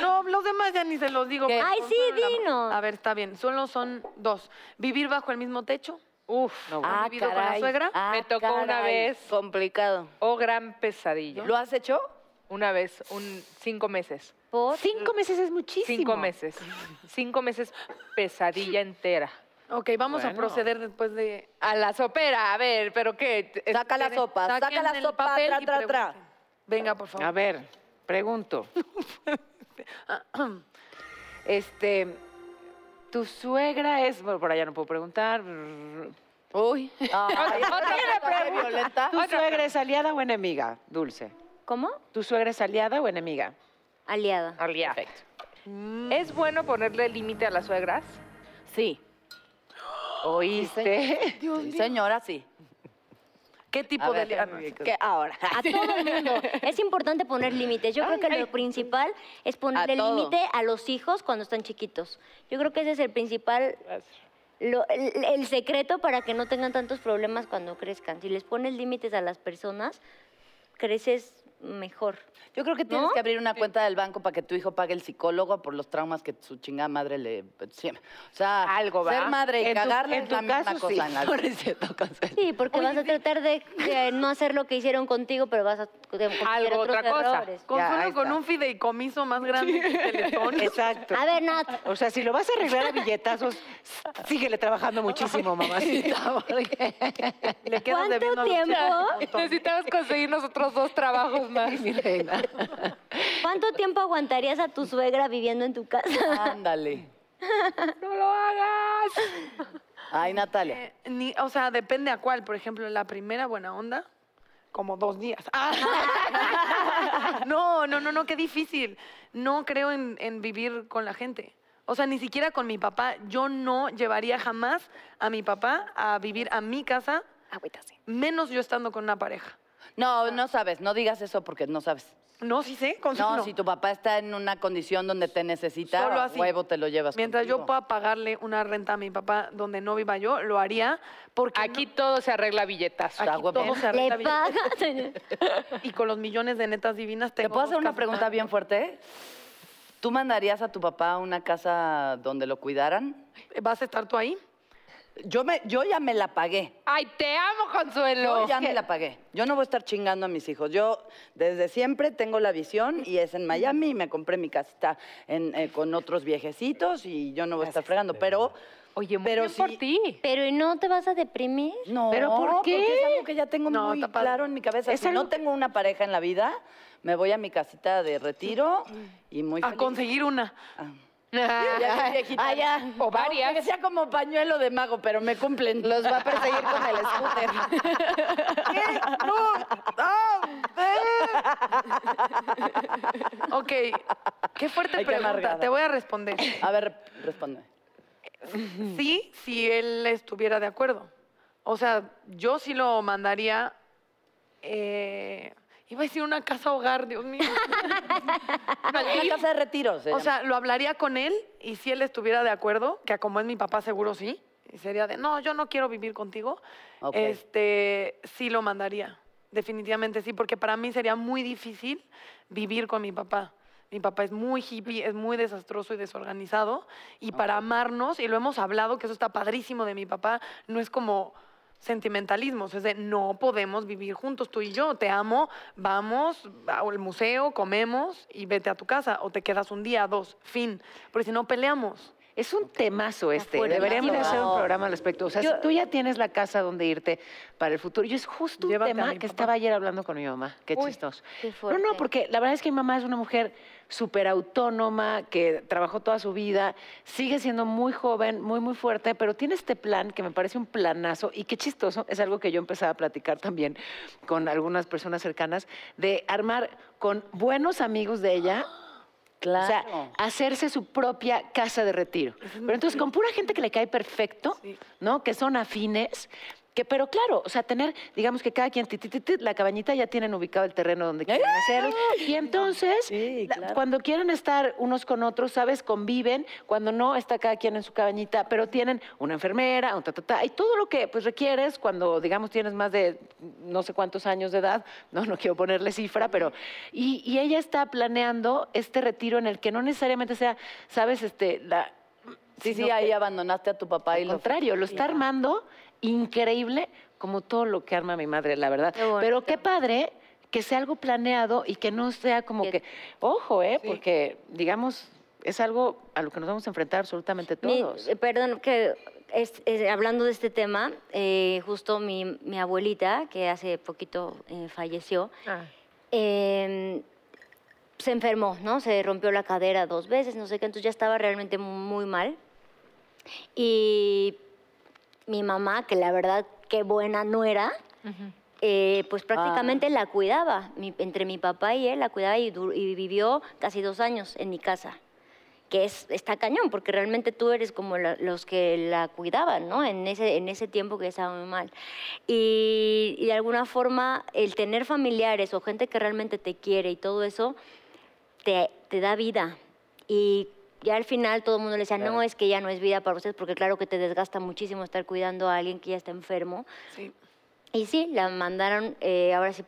C: No, los demás ya ni se los digo. pero
E: Ay,
C: son
E: sí,
C: solo la-
E: dinos.
C: A ver, está bien. Solo son dos. Vivir bajo el mismo techo.
B: Uf,
F: No, bueno.
D: Ah,
C: ¿Vivido con la
D: caray.
C: suegra?
D: Ah,
B: me tocó una
D: caray.
B: vez.
I: Complicado.
B: Oh, gran pesadilla.
D: ¿Lo has hecho?
B: Una vez, un, cinco meses.
E: Por...
F: Cinco meses es muchísimo.
B: Cinco meses. Cinco meses pesadilla entera.
C: Ok, vamos a
F: Bueno.
C: proceder después de...
B: A la sopera, a ver, pero qué. Es-
D: Saca la
B: tiene-
D: sopa, saca
B: saquen
D: la
B: el
D: sopa,
B: papel
D: tra,
B: y
D: tra, tra.
B: pregunten.
C: Venga, por
F: A
C: favor.
F: ver, pregunto. Ah, este, tu suegra es, bueno, por allá no puedo preguntar.
I: Uy.
B: Otra- otra pregunta.
I: Violenta.
F: ¿Tu suegra es aliada o enemiga, Dulce?
E: ¿Cómo?
F: ¿Tu suegra es aliada o enemiga?
E: Aliada.
B: Aliada. ¿Es bueno ponerle límite a las suegras?
I: Sí.
F: ¿Oíste?
D: Sí, señora, sí.
C: ¿Qué
D: A
C: tipo
D: ver,
C: de... Ah, no, es-
I: Que ahora.
E: A todo el mundo. Es importante poner límites. Yo creo que lo principal es ponerle
I: todo.
E: límite a los hijos cuando están chiquitos. Yo creo que ese es el principal, lo- el, el secreto para que no tengan tantos problemas cuando crezcan. Si les pones límites a las personas, creces mejor.
D: Yo creo que tienes
E: ¿No?
D: que abrir una cuenta del banco para que tu hijo pague el psicólogo por los traumas que su chingada madre le... O sea,
F: Algo, ¿va?
D: ser madre y
F: En tu-
D: cagarle
F: en
D: es
F: tu
D: la misma
F: caso,
D: cosa
F: sí.
D: en la vida.
E: Sí, porque vas a tratar de, de no hacer lo que hicieron contigo, pero vas a cometer
B: Algo,
E: otros
B: otra cosa.
E: errores.
F: Ya, ahí
C: Consuelo con
F: está.
C: un fideicomiso más grande que Teletón.
F: Exacto.
E: A ver, Nat,
F: O sea, si lo vas a arreglar a billetazos, síguele trabajando muchísimo, mamacita. porque-
C: Le quedas debiendo
E: ¿cuánto
C: a Dulce.
E: tiempo,
B: Necesitamos conseguir nosotros dos trabajos más.
E: cuánto tiempo aguantarías a tu suegra viviendo en tu casa?
D: Ándale.
B: ¡No lo hagas!
D: Ay, Natalia.
C: Eh, ni- o sea, depende a cuál. Por ejemplo, la primera buena onda, como dos días. Ah. no, no, no, no, qué difícil. No creo en, en vivir con la gente. O sea, ni siquiera con mi papá. Yo no llevaría jamás a mi papá a vivir a mi casa,
G: Agüita, sí.
C: menos yo estando con una pareja.
D: No, no sabes, no digas eso porque no sabes.
C: No, sí sé,
D: No,
C: Consuelo.
D: si tu papá está en una condición donde te necesita,
C: Solo
D: a
C: así.
D: huevo te lo llevas
C: Mientras yo
D: contigo.
C: pueda pagarle una renta a mi papá donde no viva yo, lo haría porque
B: Aquí todo se arregla billetazo.
C: no-
D: está
C: aquí
D: guapo.
C: todo se
E: Le
C: arregla bien.
E: pagas. señor.
C: Y con los millones de netas divinas
D: ¿Te
C: tengo
D: puedo hacer
C: dos
D: una
C: casas.
D: pregunta bien fuerte? ¿Tú mandarías a tu papá a una casa donde lo cuidaran?
C: ¿Vas a estar tú ahí?
D: Yo, me, yo ya me la pagué.
B: ¡Ay, te amo,
D: Yo
B: Consuelo!
D: ya me la pagué. Yo no voy a estar chingando a mis hijos. Yo desde siempre tengo la visión y es en Miami y me compré mi casita en, eh, con otros viejecitos y yo no voy a estar fregando. Pero,
B: Oye, muy
D: Pero
B: bien por
D: sí-
B: ti.
E: Pero ¿y no te vas a deprimir?
D: no,
F: ¿Pero por
D: porque es
F: qué?
D: algo que ya tengo
C: No,
D: muy
C: está padre.
D: claro en mi cabeza.
F: Es
D: si
F: algo
D: no tengo una pareja en la vida, me voy a mi casita de retiro y muy
C: A
D: feliz.
C: conseguir una.
D: Ah.
C: Ah,
D: Ya soy viejita.
B: O
D: Aunque
B: varias.
D: sea como pañuelo de mago, pero me cumplen.
I: Los va a perseguir con el scooter.
C: Ok, qué fuerte
D: Ay, qué
C: pregunta.
D: amargada.
C: Te voy a responder.
D: A ver, responde.
C: Sí, si él estuviera de acuerdo. O sea, yo sí lo mandaría. eh, iba a decir una casa hogar, Dios mío.
D: Una casa de retiro. se
C: O
D: llama.
C: sea, lo hablaría con él y si él estuviera de acuerdo, que como es mi papá seguro sí, y sería de, no, yo no quiero vivir contigo,
D: Ok.
C: este, sí lo mandaría, definitivamente sí, porque para mí sería muy difícil vivir con mi papá. Mi papá es muy hippie, es muy desastroso y desorganizado, y para amarnos, y lo hemos hablado, que eso está padrísimo de mi papá, no es como sentimentalismos, es de no podemos vivir juntos, tú y yo, te amo, vamos al museo, comemos y vete a tu casa o te quedas un día, dos, fin, porque si no peleamos.
F: Es un temazo este.
E: acuerdo.
F: Deberíamos de hacer un
D: No.
F: programa al respecto. O sea, si tú ya tienes la casa donde irte para el futuro, yo es justo un
C: Llévate a
F: tema
C: mi
F: que
C: papá.
F: estaba ayer hablando con mi mamá. Qué
B: Uy,
F: chistoso.
E: qué
F: no,
E: fuerte.
F: no, porque la verdad es que mi mamá es una mujer súper autónoma, que trabajó toda su vida, sigue siendo muy joven, muy, muy fuerte, pero tiene este plan que me parece un planazo y qué chistoso. Es algo que yo empezaba a platicar también con algunas personas cercanas, de armar con buenos amigos de ella O sea, hacerse su propia casa de retiro. Pero entonces con pura gente que le cae perfecto, ¿no? Que son afines. Que, pero claro, o sea, tener, digamos que cada quien, ti, ti, ti, ti, la cabañita ya tienen ubicado el terreno donde quieren hacerlo. Y entonces, la- cuando quieren estar unos con otros, ¿sabes? Conviven. Cuando no, está cada quien en su cabañita, pero tienen una enfermera, un ta, ta, ta, y todo lo que pues requieres cuando, digamos, tienes más de no sé cuántos años de edad, no, no quiero ponerle cifra, pero. Y, y ella está planeando este retiro en el que no necesariamente sea, ¿sabes? Este, la,
D: Sí, sí,
F: sino
D: ahí
F: que-
D: abandonaste a tu papá y
F: al
D: lo...
F: contrario, lo está armando increíble como todo lo que arma mi madre, la verdad.
E: Qué bonito.
F: Pero qué padre que sea algo planeado y que no sea como
E: Que-
F: que, ojo, ¿eh? Porque, digamos, es algo a lo que nos vamos a enfrentar absolutamente
E: Mi-
F: todos.
E: eh, perdón, que es- es- hablando de este tema, eh, justo mi, mi abuelita, que hace poquito eh, falleció, eh, se enfermó, ¿no? Se rompió la cadera dos veces, no sé qué, entonces ya estaba realmente muy mal. Y mi mamá, que la verdad, qué buena no era, pues prácticamente la cuidaba, mi- entre mi papá y él la cuidaba y, du- y vivió casi dos años en mi casa que es, está cañón, porque realmente tú eres como la- los que la cuidaban, ¿no? En ese, en ese tiempo que estaba muy mal. Y, y de alguna forma, el tener familiares o gente que realmente te quiere y todo eso, te, te da vida. Y ya al final todo el mundo le decía, no, es que ya no es vida para ustedes, porque claro que te desgasta muchísimo estar cuidando a alguien que ya está enfermo. Y sí, la mandaron, eh, ahora sí,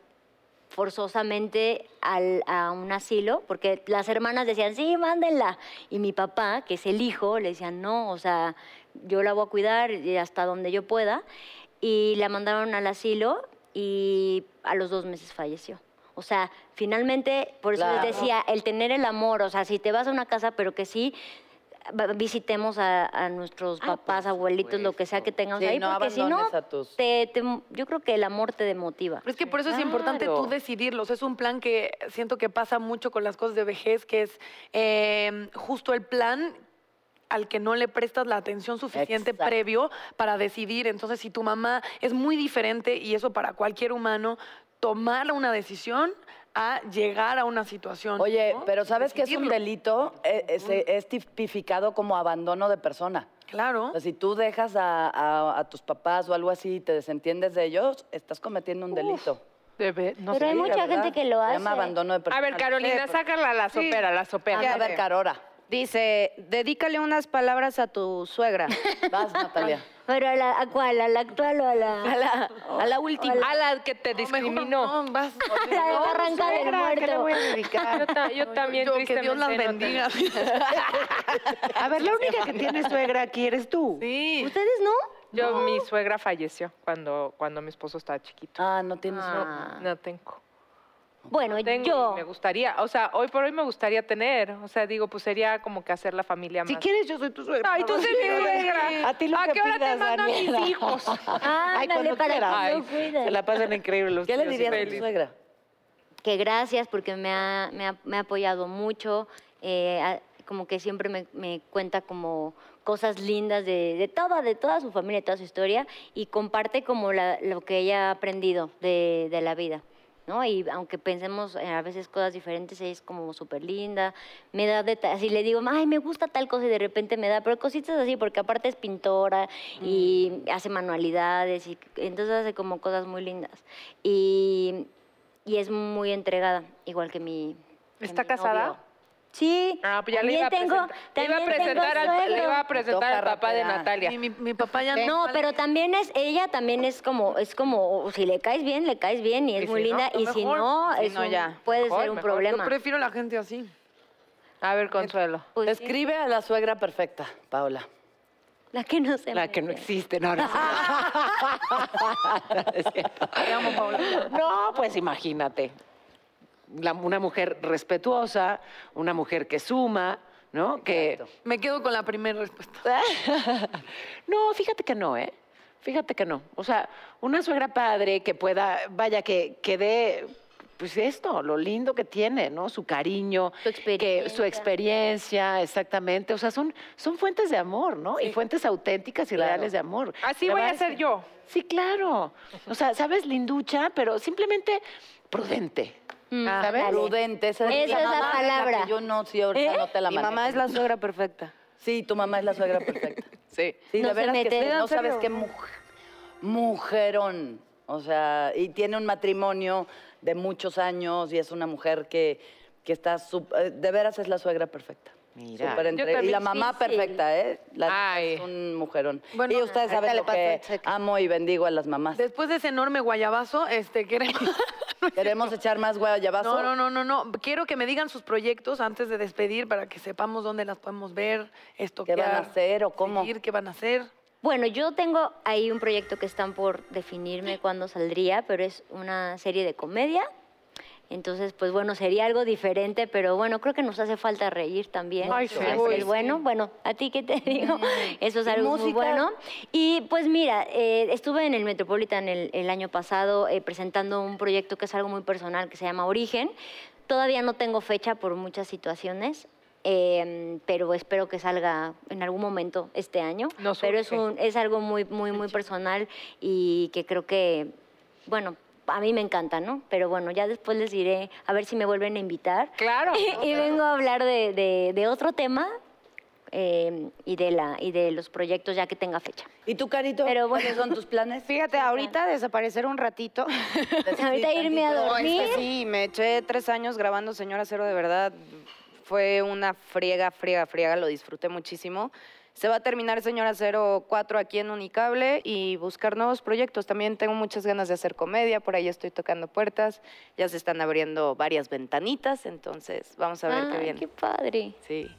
E: forzosamente al- a un asilo, porque las hermanas decían, sí, mándenla. Y mi papá, que es el hijo, le decían, no, o sea, yo la voy a cuidar y hasta donde yo pueda. Y la mandaron al asilo y a los dos meses falleció. O sea, finalmente, por eso
D: Claro.
E: les decía, el tener el amor, o sea, si te vas a una casa, pero que sí va- visitemos a, a nuestros papás, abuelitos, lo que sea que tengamos
D: Ah, Sí,
E: ahí,
D: no
E: porque si no,
D: abandones a tus-
E: te- te- yo creo que el amor te demotiva.
C: Pero es que por eso es importante tú
F: Claro.
C: decidirlos. Es un plan que siento que pasa mucho con las cosas de vejez, que es eh, justo el plan al que no le prestas la atención suficiente
D: Exacto.
C: previo para decidir. Entonces, si tu mamá es muy diferente, y eso para cualquier humano, tomar una decisión a llegar a una situación.
D: Oye,
C: ¿no?
D: pero ¿sabes que es un
C: Decidirlo.
D: delito? Eh, eh, se- es tipificado como abandono de persona.
C: Claro.
D: O sea, si tú dejas a, a- a tus papás o algo así y te desentiendes de ellos, estás cometiendo un delito.
E: Pero hay
D: Sí, la
E: mucha
D: verdad.
E: gente que lo
D: Se
E: hace.
D: llama abandono de
B: A
D: persona.
B: ver, Carolina, sácala a la sopera, la sopera.
D: A ver, Carora.
G: Dice, dedícale unas palabras a tu suegra.
D: Vas, Natalia.
E: Pero a, la, ¿a cuál? ¿A la actual o a la...? A la,
G: A la última.
B: A la que te discriminó.
C: No, vas.
E: de Barranca del Muerto.
B: Yo, ta- yo también,
C: Yo, que Dios las
B: tristemente,
C: bendiga.
B: no te-
F: A ver, la única que tiene suegra aquí eres tú.
C: Sí.
E: ¿Ustedes no?
B: Yo, mi suegra falleció cuando, cuando mi esposo estaba chiquito.
D: Ah, no tienes...
B: No, no tengo.
E: Bueno,
B: Tengo, y
E: yo...
B: me gustaría, o sea, hoy por hoy me gustaría tener, o sea, digo, pues sería como que hacer la familia más.
F: Si quieres, yo soy tu suegra.
B: Ay, tú sí, mi suegra.
F: A ti lo
B: ¿A
F: que
B: qué hora te
F: pidas,
B: mando a mis
F: Daniela.
B: hijos?
F: Ay,
E: Ándale,
F: cuando
E: para que
F: quieras.
E: lo cuiden.
F: Se la pasan increíble los
D: ¿Qué le
F: tíos y
D: dirías a tu
F: feliz.
D: suegra?
E: Que gracias porque me ha, me ha- me ha apoyado mucho. eh, a- como que siempre me, me cuenta como cosas lindas de, de toda, de toda su familia, de toda su historia. Y comparte como la- lo que ella ha aprendido de, de la vida. ¿no? Y aunque pensemos eh, a veces cosas diferentes, ella es como súper linda, me da detalles, así le digo, ay, me gusta tal cosa y de repente me da, pero cositas así, porque aparte es pintora y hace manualidades, y entonces hace como cosas muy lindas. Y, y es muy entregada, igual que mi... que
B: ¿Está
E: mi
B: casada?
E: novio. Sí,
B: Ah, pues ya
E: también
B: le iba a
E: tengo,
B: presentar, le iba a
E: también
B: presentar
E: tengo
B: al, le
E: suegro.
B: iba a presentar
D: Toca
B: al papá de
D: rapera.
B: Natalia.
C: Mi, mi- mi papá ya
E: No, pero también es, ella también es como, es como, si le caes bien, le caes bien y es
B: Y
E: muy
B: si no,
E: linda.
B: pues
E: y si
B: mejor.
E: no,
B: Si
E: es
B: no,
E: un-
B: ya.
E: puede
B: Mejor,
E: ser un
B: mejor. Yo
E: problema.
C: Yo prefiero la gente así.
B: A ver, Consuelo.
E: Pues sí.
D: Escribe a la suegra perfecta, Paola.
E: La que no se
F: La que no
E: muere.
F: existe, no, no. Es cierto. No, pues imagínate. La- una mujer respetuosa, una mujer que suma, ¿no? Que.
C: Me quedo con la primera respuesta.
F: no, fíjate que no, ¿eh? Fíjate que no. O sea, una suegra padre que pueda, vaya, que, que dé, pues esto, lo lindo que tiene, ¿no? Su cariño,
E: Su
F: que, su
E: experiencia.
F: experiencia, exactamente. O sea, son, son fuentes de amor, ¿no? Y fuentes auténticas y reales de amor.
B: Así
F: La
B: voy a
F: verdad es
B: ser
F: que-
B: yo.
F: Sí, claro. O sea, sabes, linducha, pero simplemente prudente.
E: Mm.
B: Ah,
F: ¿sabes?
E: Dale.
D: Prudente. Esa,
E: Esa
D: mi
E: es la
D: mamá
E: palabra.
D: que yo no, sí, ahorita
C: ¿Eh?
D: no te la
I: Mi mamá
D: manejo.
I: es la suegra perfecta.
D: Sí, tu mamá es la suegra perfecta.
I: Sí.
D: Sí,
E: No
D: de
E: se
D: veras que
E: mete.
D: sí,
E: Oigan,
D: no sabes qué muj- mujerón. O sea, y tiene un matrimonio de muchos años y es una mujer que, que está... sup- eh, de veras es la suegra perfecta.
F: Mira.
D: Súper entre- y la mamá
E: difícil.
D: perfecta, ¿eh? La,
B: Ay.
D: es un mujerón.
C: Bueno,
D: y ustedes
C: ahorita
D: saben
C: le
D: lo
C: paso
D: que
C: el cheque.
D: amo y bendigo a las mamás.
C: Después de ese enorme guayabazo, este, queremos...
D: ¿Queremos echar más guayabazo?
C: No, no, no, no, no. Quiero que me digan sus proyectos antes de despedir para que sepamos dónde las podemos ver, esto
D: ¿Qué van a hacer o cómo?
C: ¿Qué van a hacer?
E: Bueno, yo tengo ahí un proyecto que están por definirme cuándo saldría, pero es una serie de comedia. Entonces, pues bueno, sería algo diferente, pero bueno, creo que nos hace falta reír también.
B: Ay,
E: Eso
B: sí.
E: es
B: Uy,
E: el
B: sí.
E: bueno. Bueno, a ti qué te digo, eso es
D: ¿Y
E: algo muy
D: música?
E: bueno. Y pues mira, eh, estuve en el Metropolitan el, el año pasado eh, presentando un proyecto que es algo muy personal que se llama Origen. Todavía no tengo fecha por muchas situaciones, eh, pero espero que salga en algún momento este año.
B: Nos
E: pero es,
B: urge.
E: un- es algo muy, muy, muy personal y que creo que, bueno, a mí me encanta, ¿no? Pero bueno, ya después les diré a ver si me vuelven a invitar.
B: Claro.
E: Y vengo a hablar de, de- de otro tema eh, y, de la, y de los proyectos ya que tenga fecha.
D: ¿Y tú, Carito?
E: Pero bueno.
D: ¿Cuáles son tus planes?
I: Fíjate, ahorita desaparecer un ratito.
E: Ahorita irme a
I: No, es
E: dormir.
I: que sí, me eché tres años grabando Señora Cero, de verdad. Fue una friega, friega, friega, lo disfruté muchísimo. Se va a terminar Señora Cero 4 aquí en Unicable y buscar nuevos proyectos. También tengo muchas ganas de hacer comedia, por ahí estoy tocando puertas. Ya se están abriendo varias ventanitas, entonces vamos a ver qué
E: Ay,
I: viene.
E: Ah, qué padre.
I: Sí.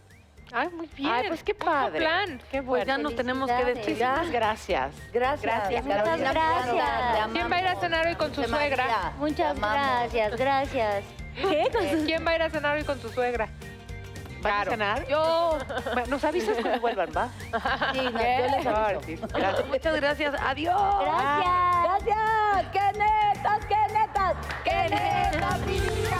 B: Ay, muy bien.
F: Ay, pues qué
B: Otro
F: padre.
B: plan. Qué
C: Pues
B: bueno.
C: ya nos tenemos que
E: Felicidades.
C: despedir.
F: Muchas gracias.
D: Gracias.
E: muchas
D: Carolina.
E: gracias.
I: pues,
B: ¿Quién va a ir a cenar hoy con su suegra?
E: Muchas gracias, gracias.
B: ¿Quién va a ir a cenar hoy con su suegra?
F: ¿Van a
B: Claro.
F: cenar?
B: Yo.
F: Bueno, Nos avisas cuando vuelvan, ¿va?
D: Sí, no, yo les aviso.
F: Gracias.
C: Muchas gracias. Adiós.
E: Gracias.
D: Gracias. ¡Qué netas, qué netas! ¡Qué netas, mi vida!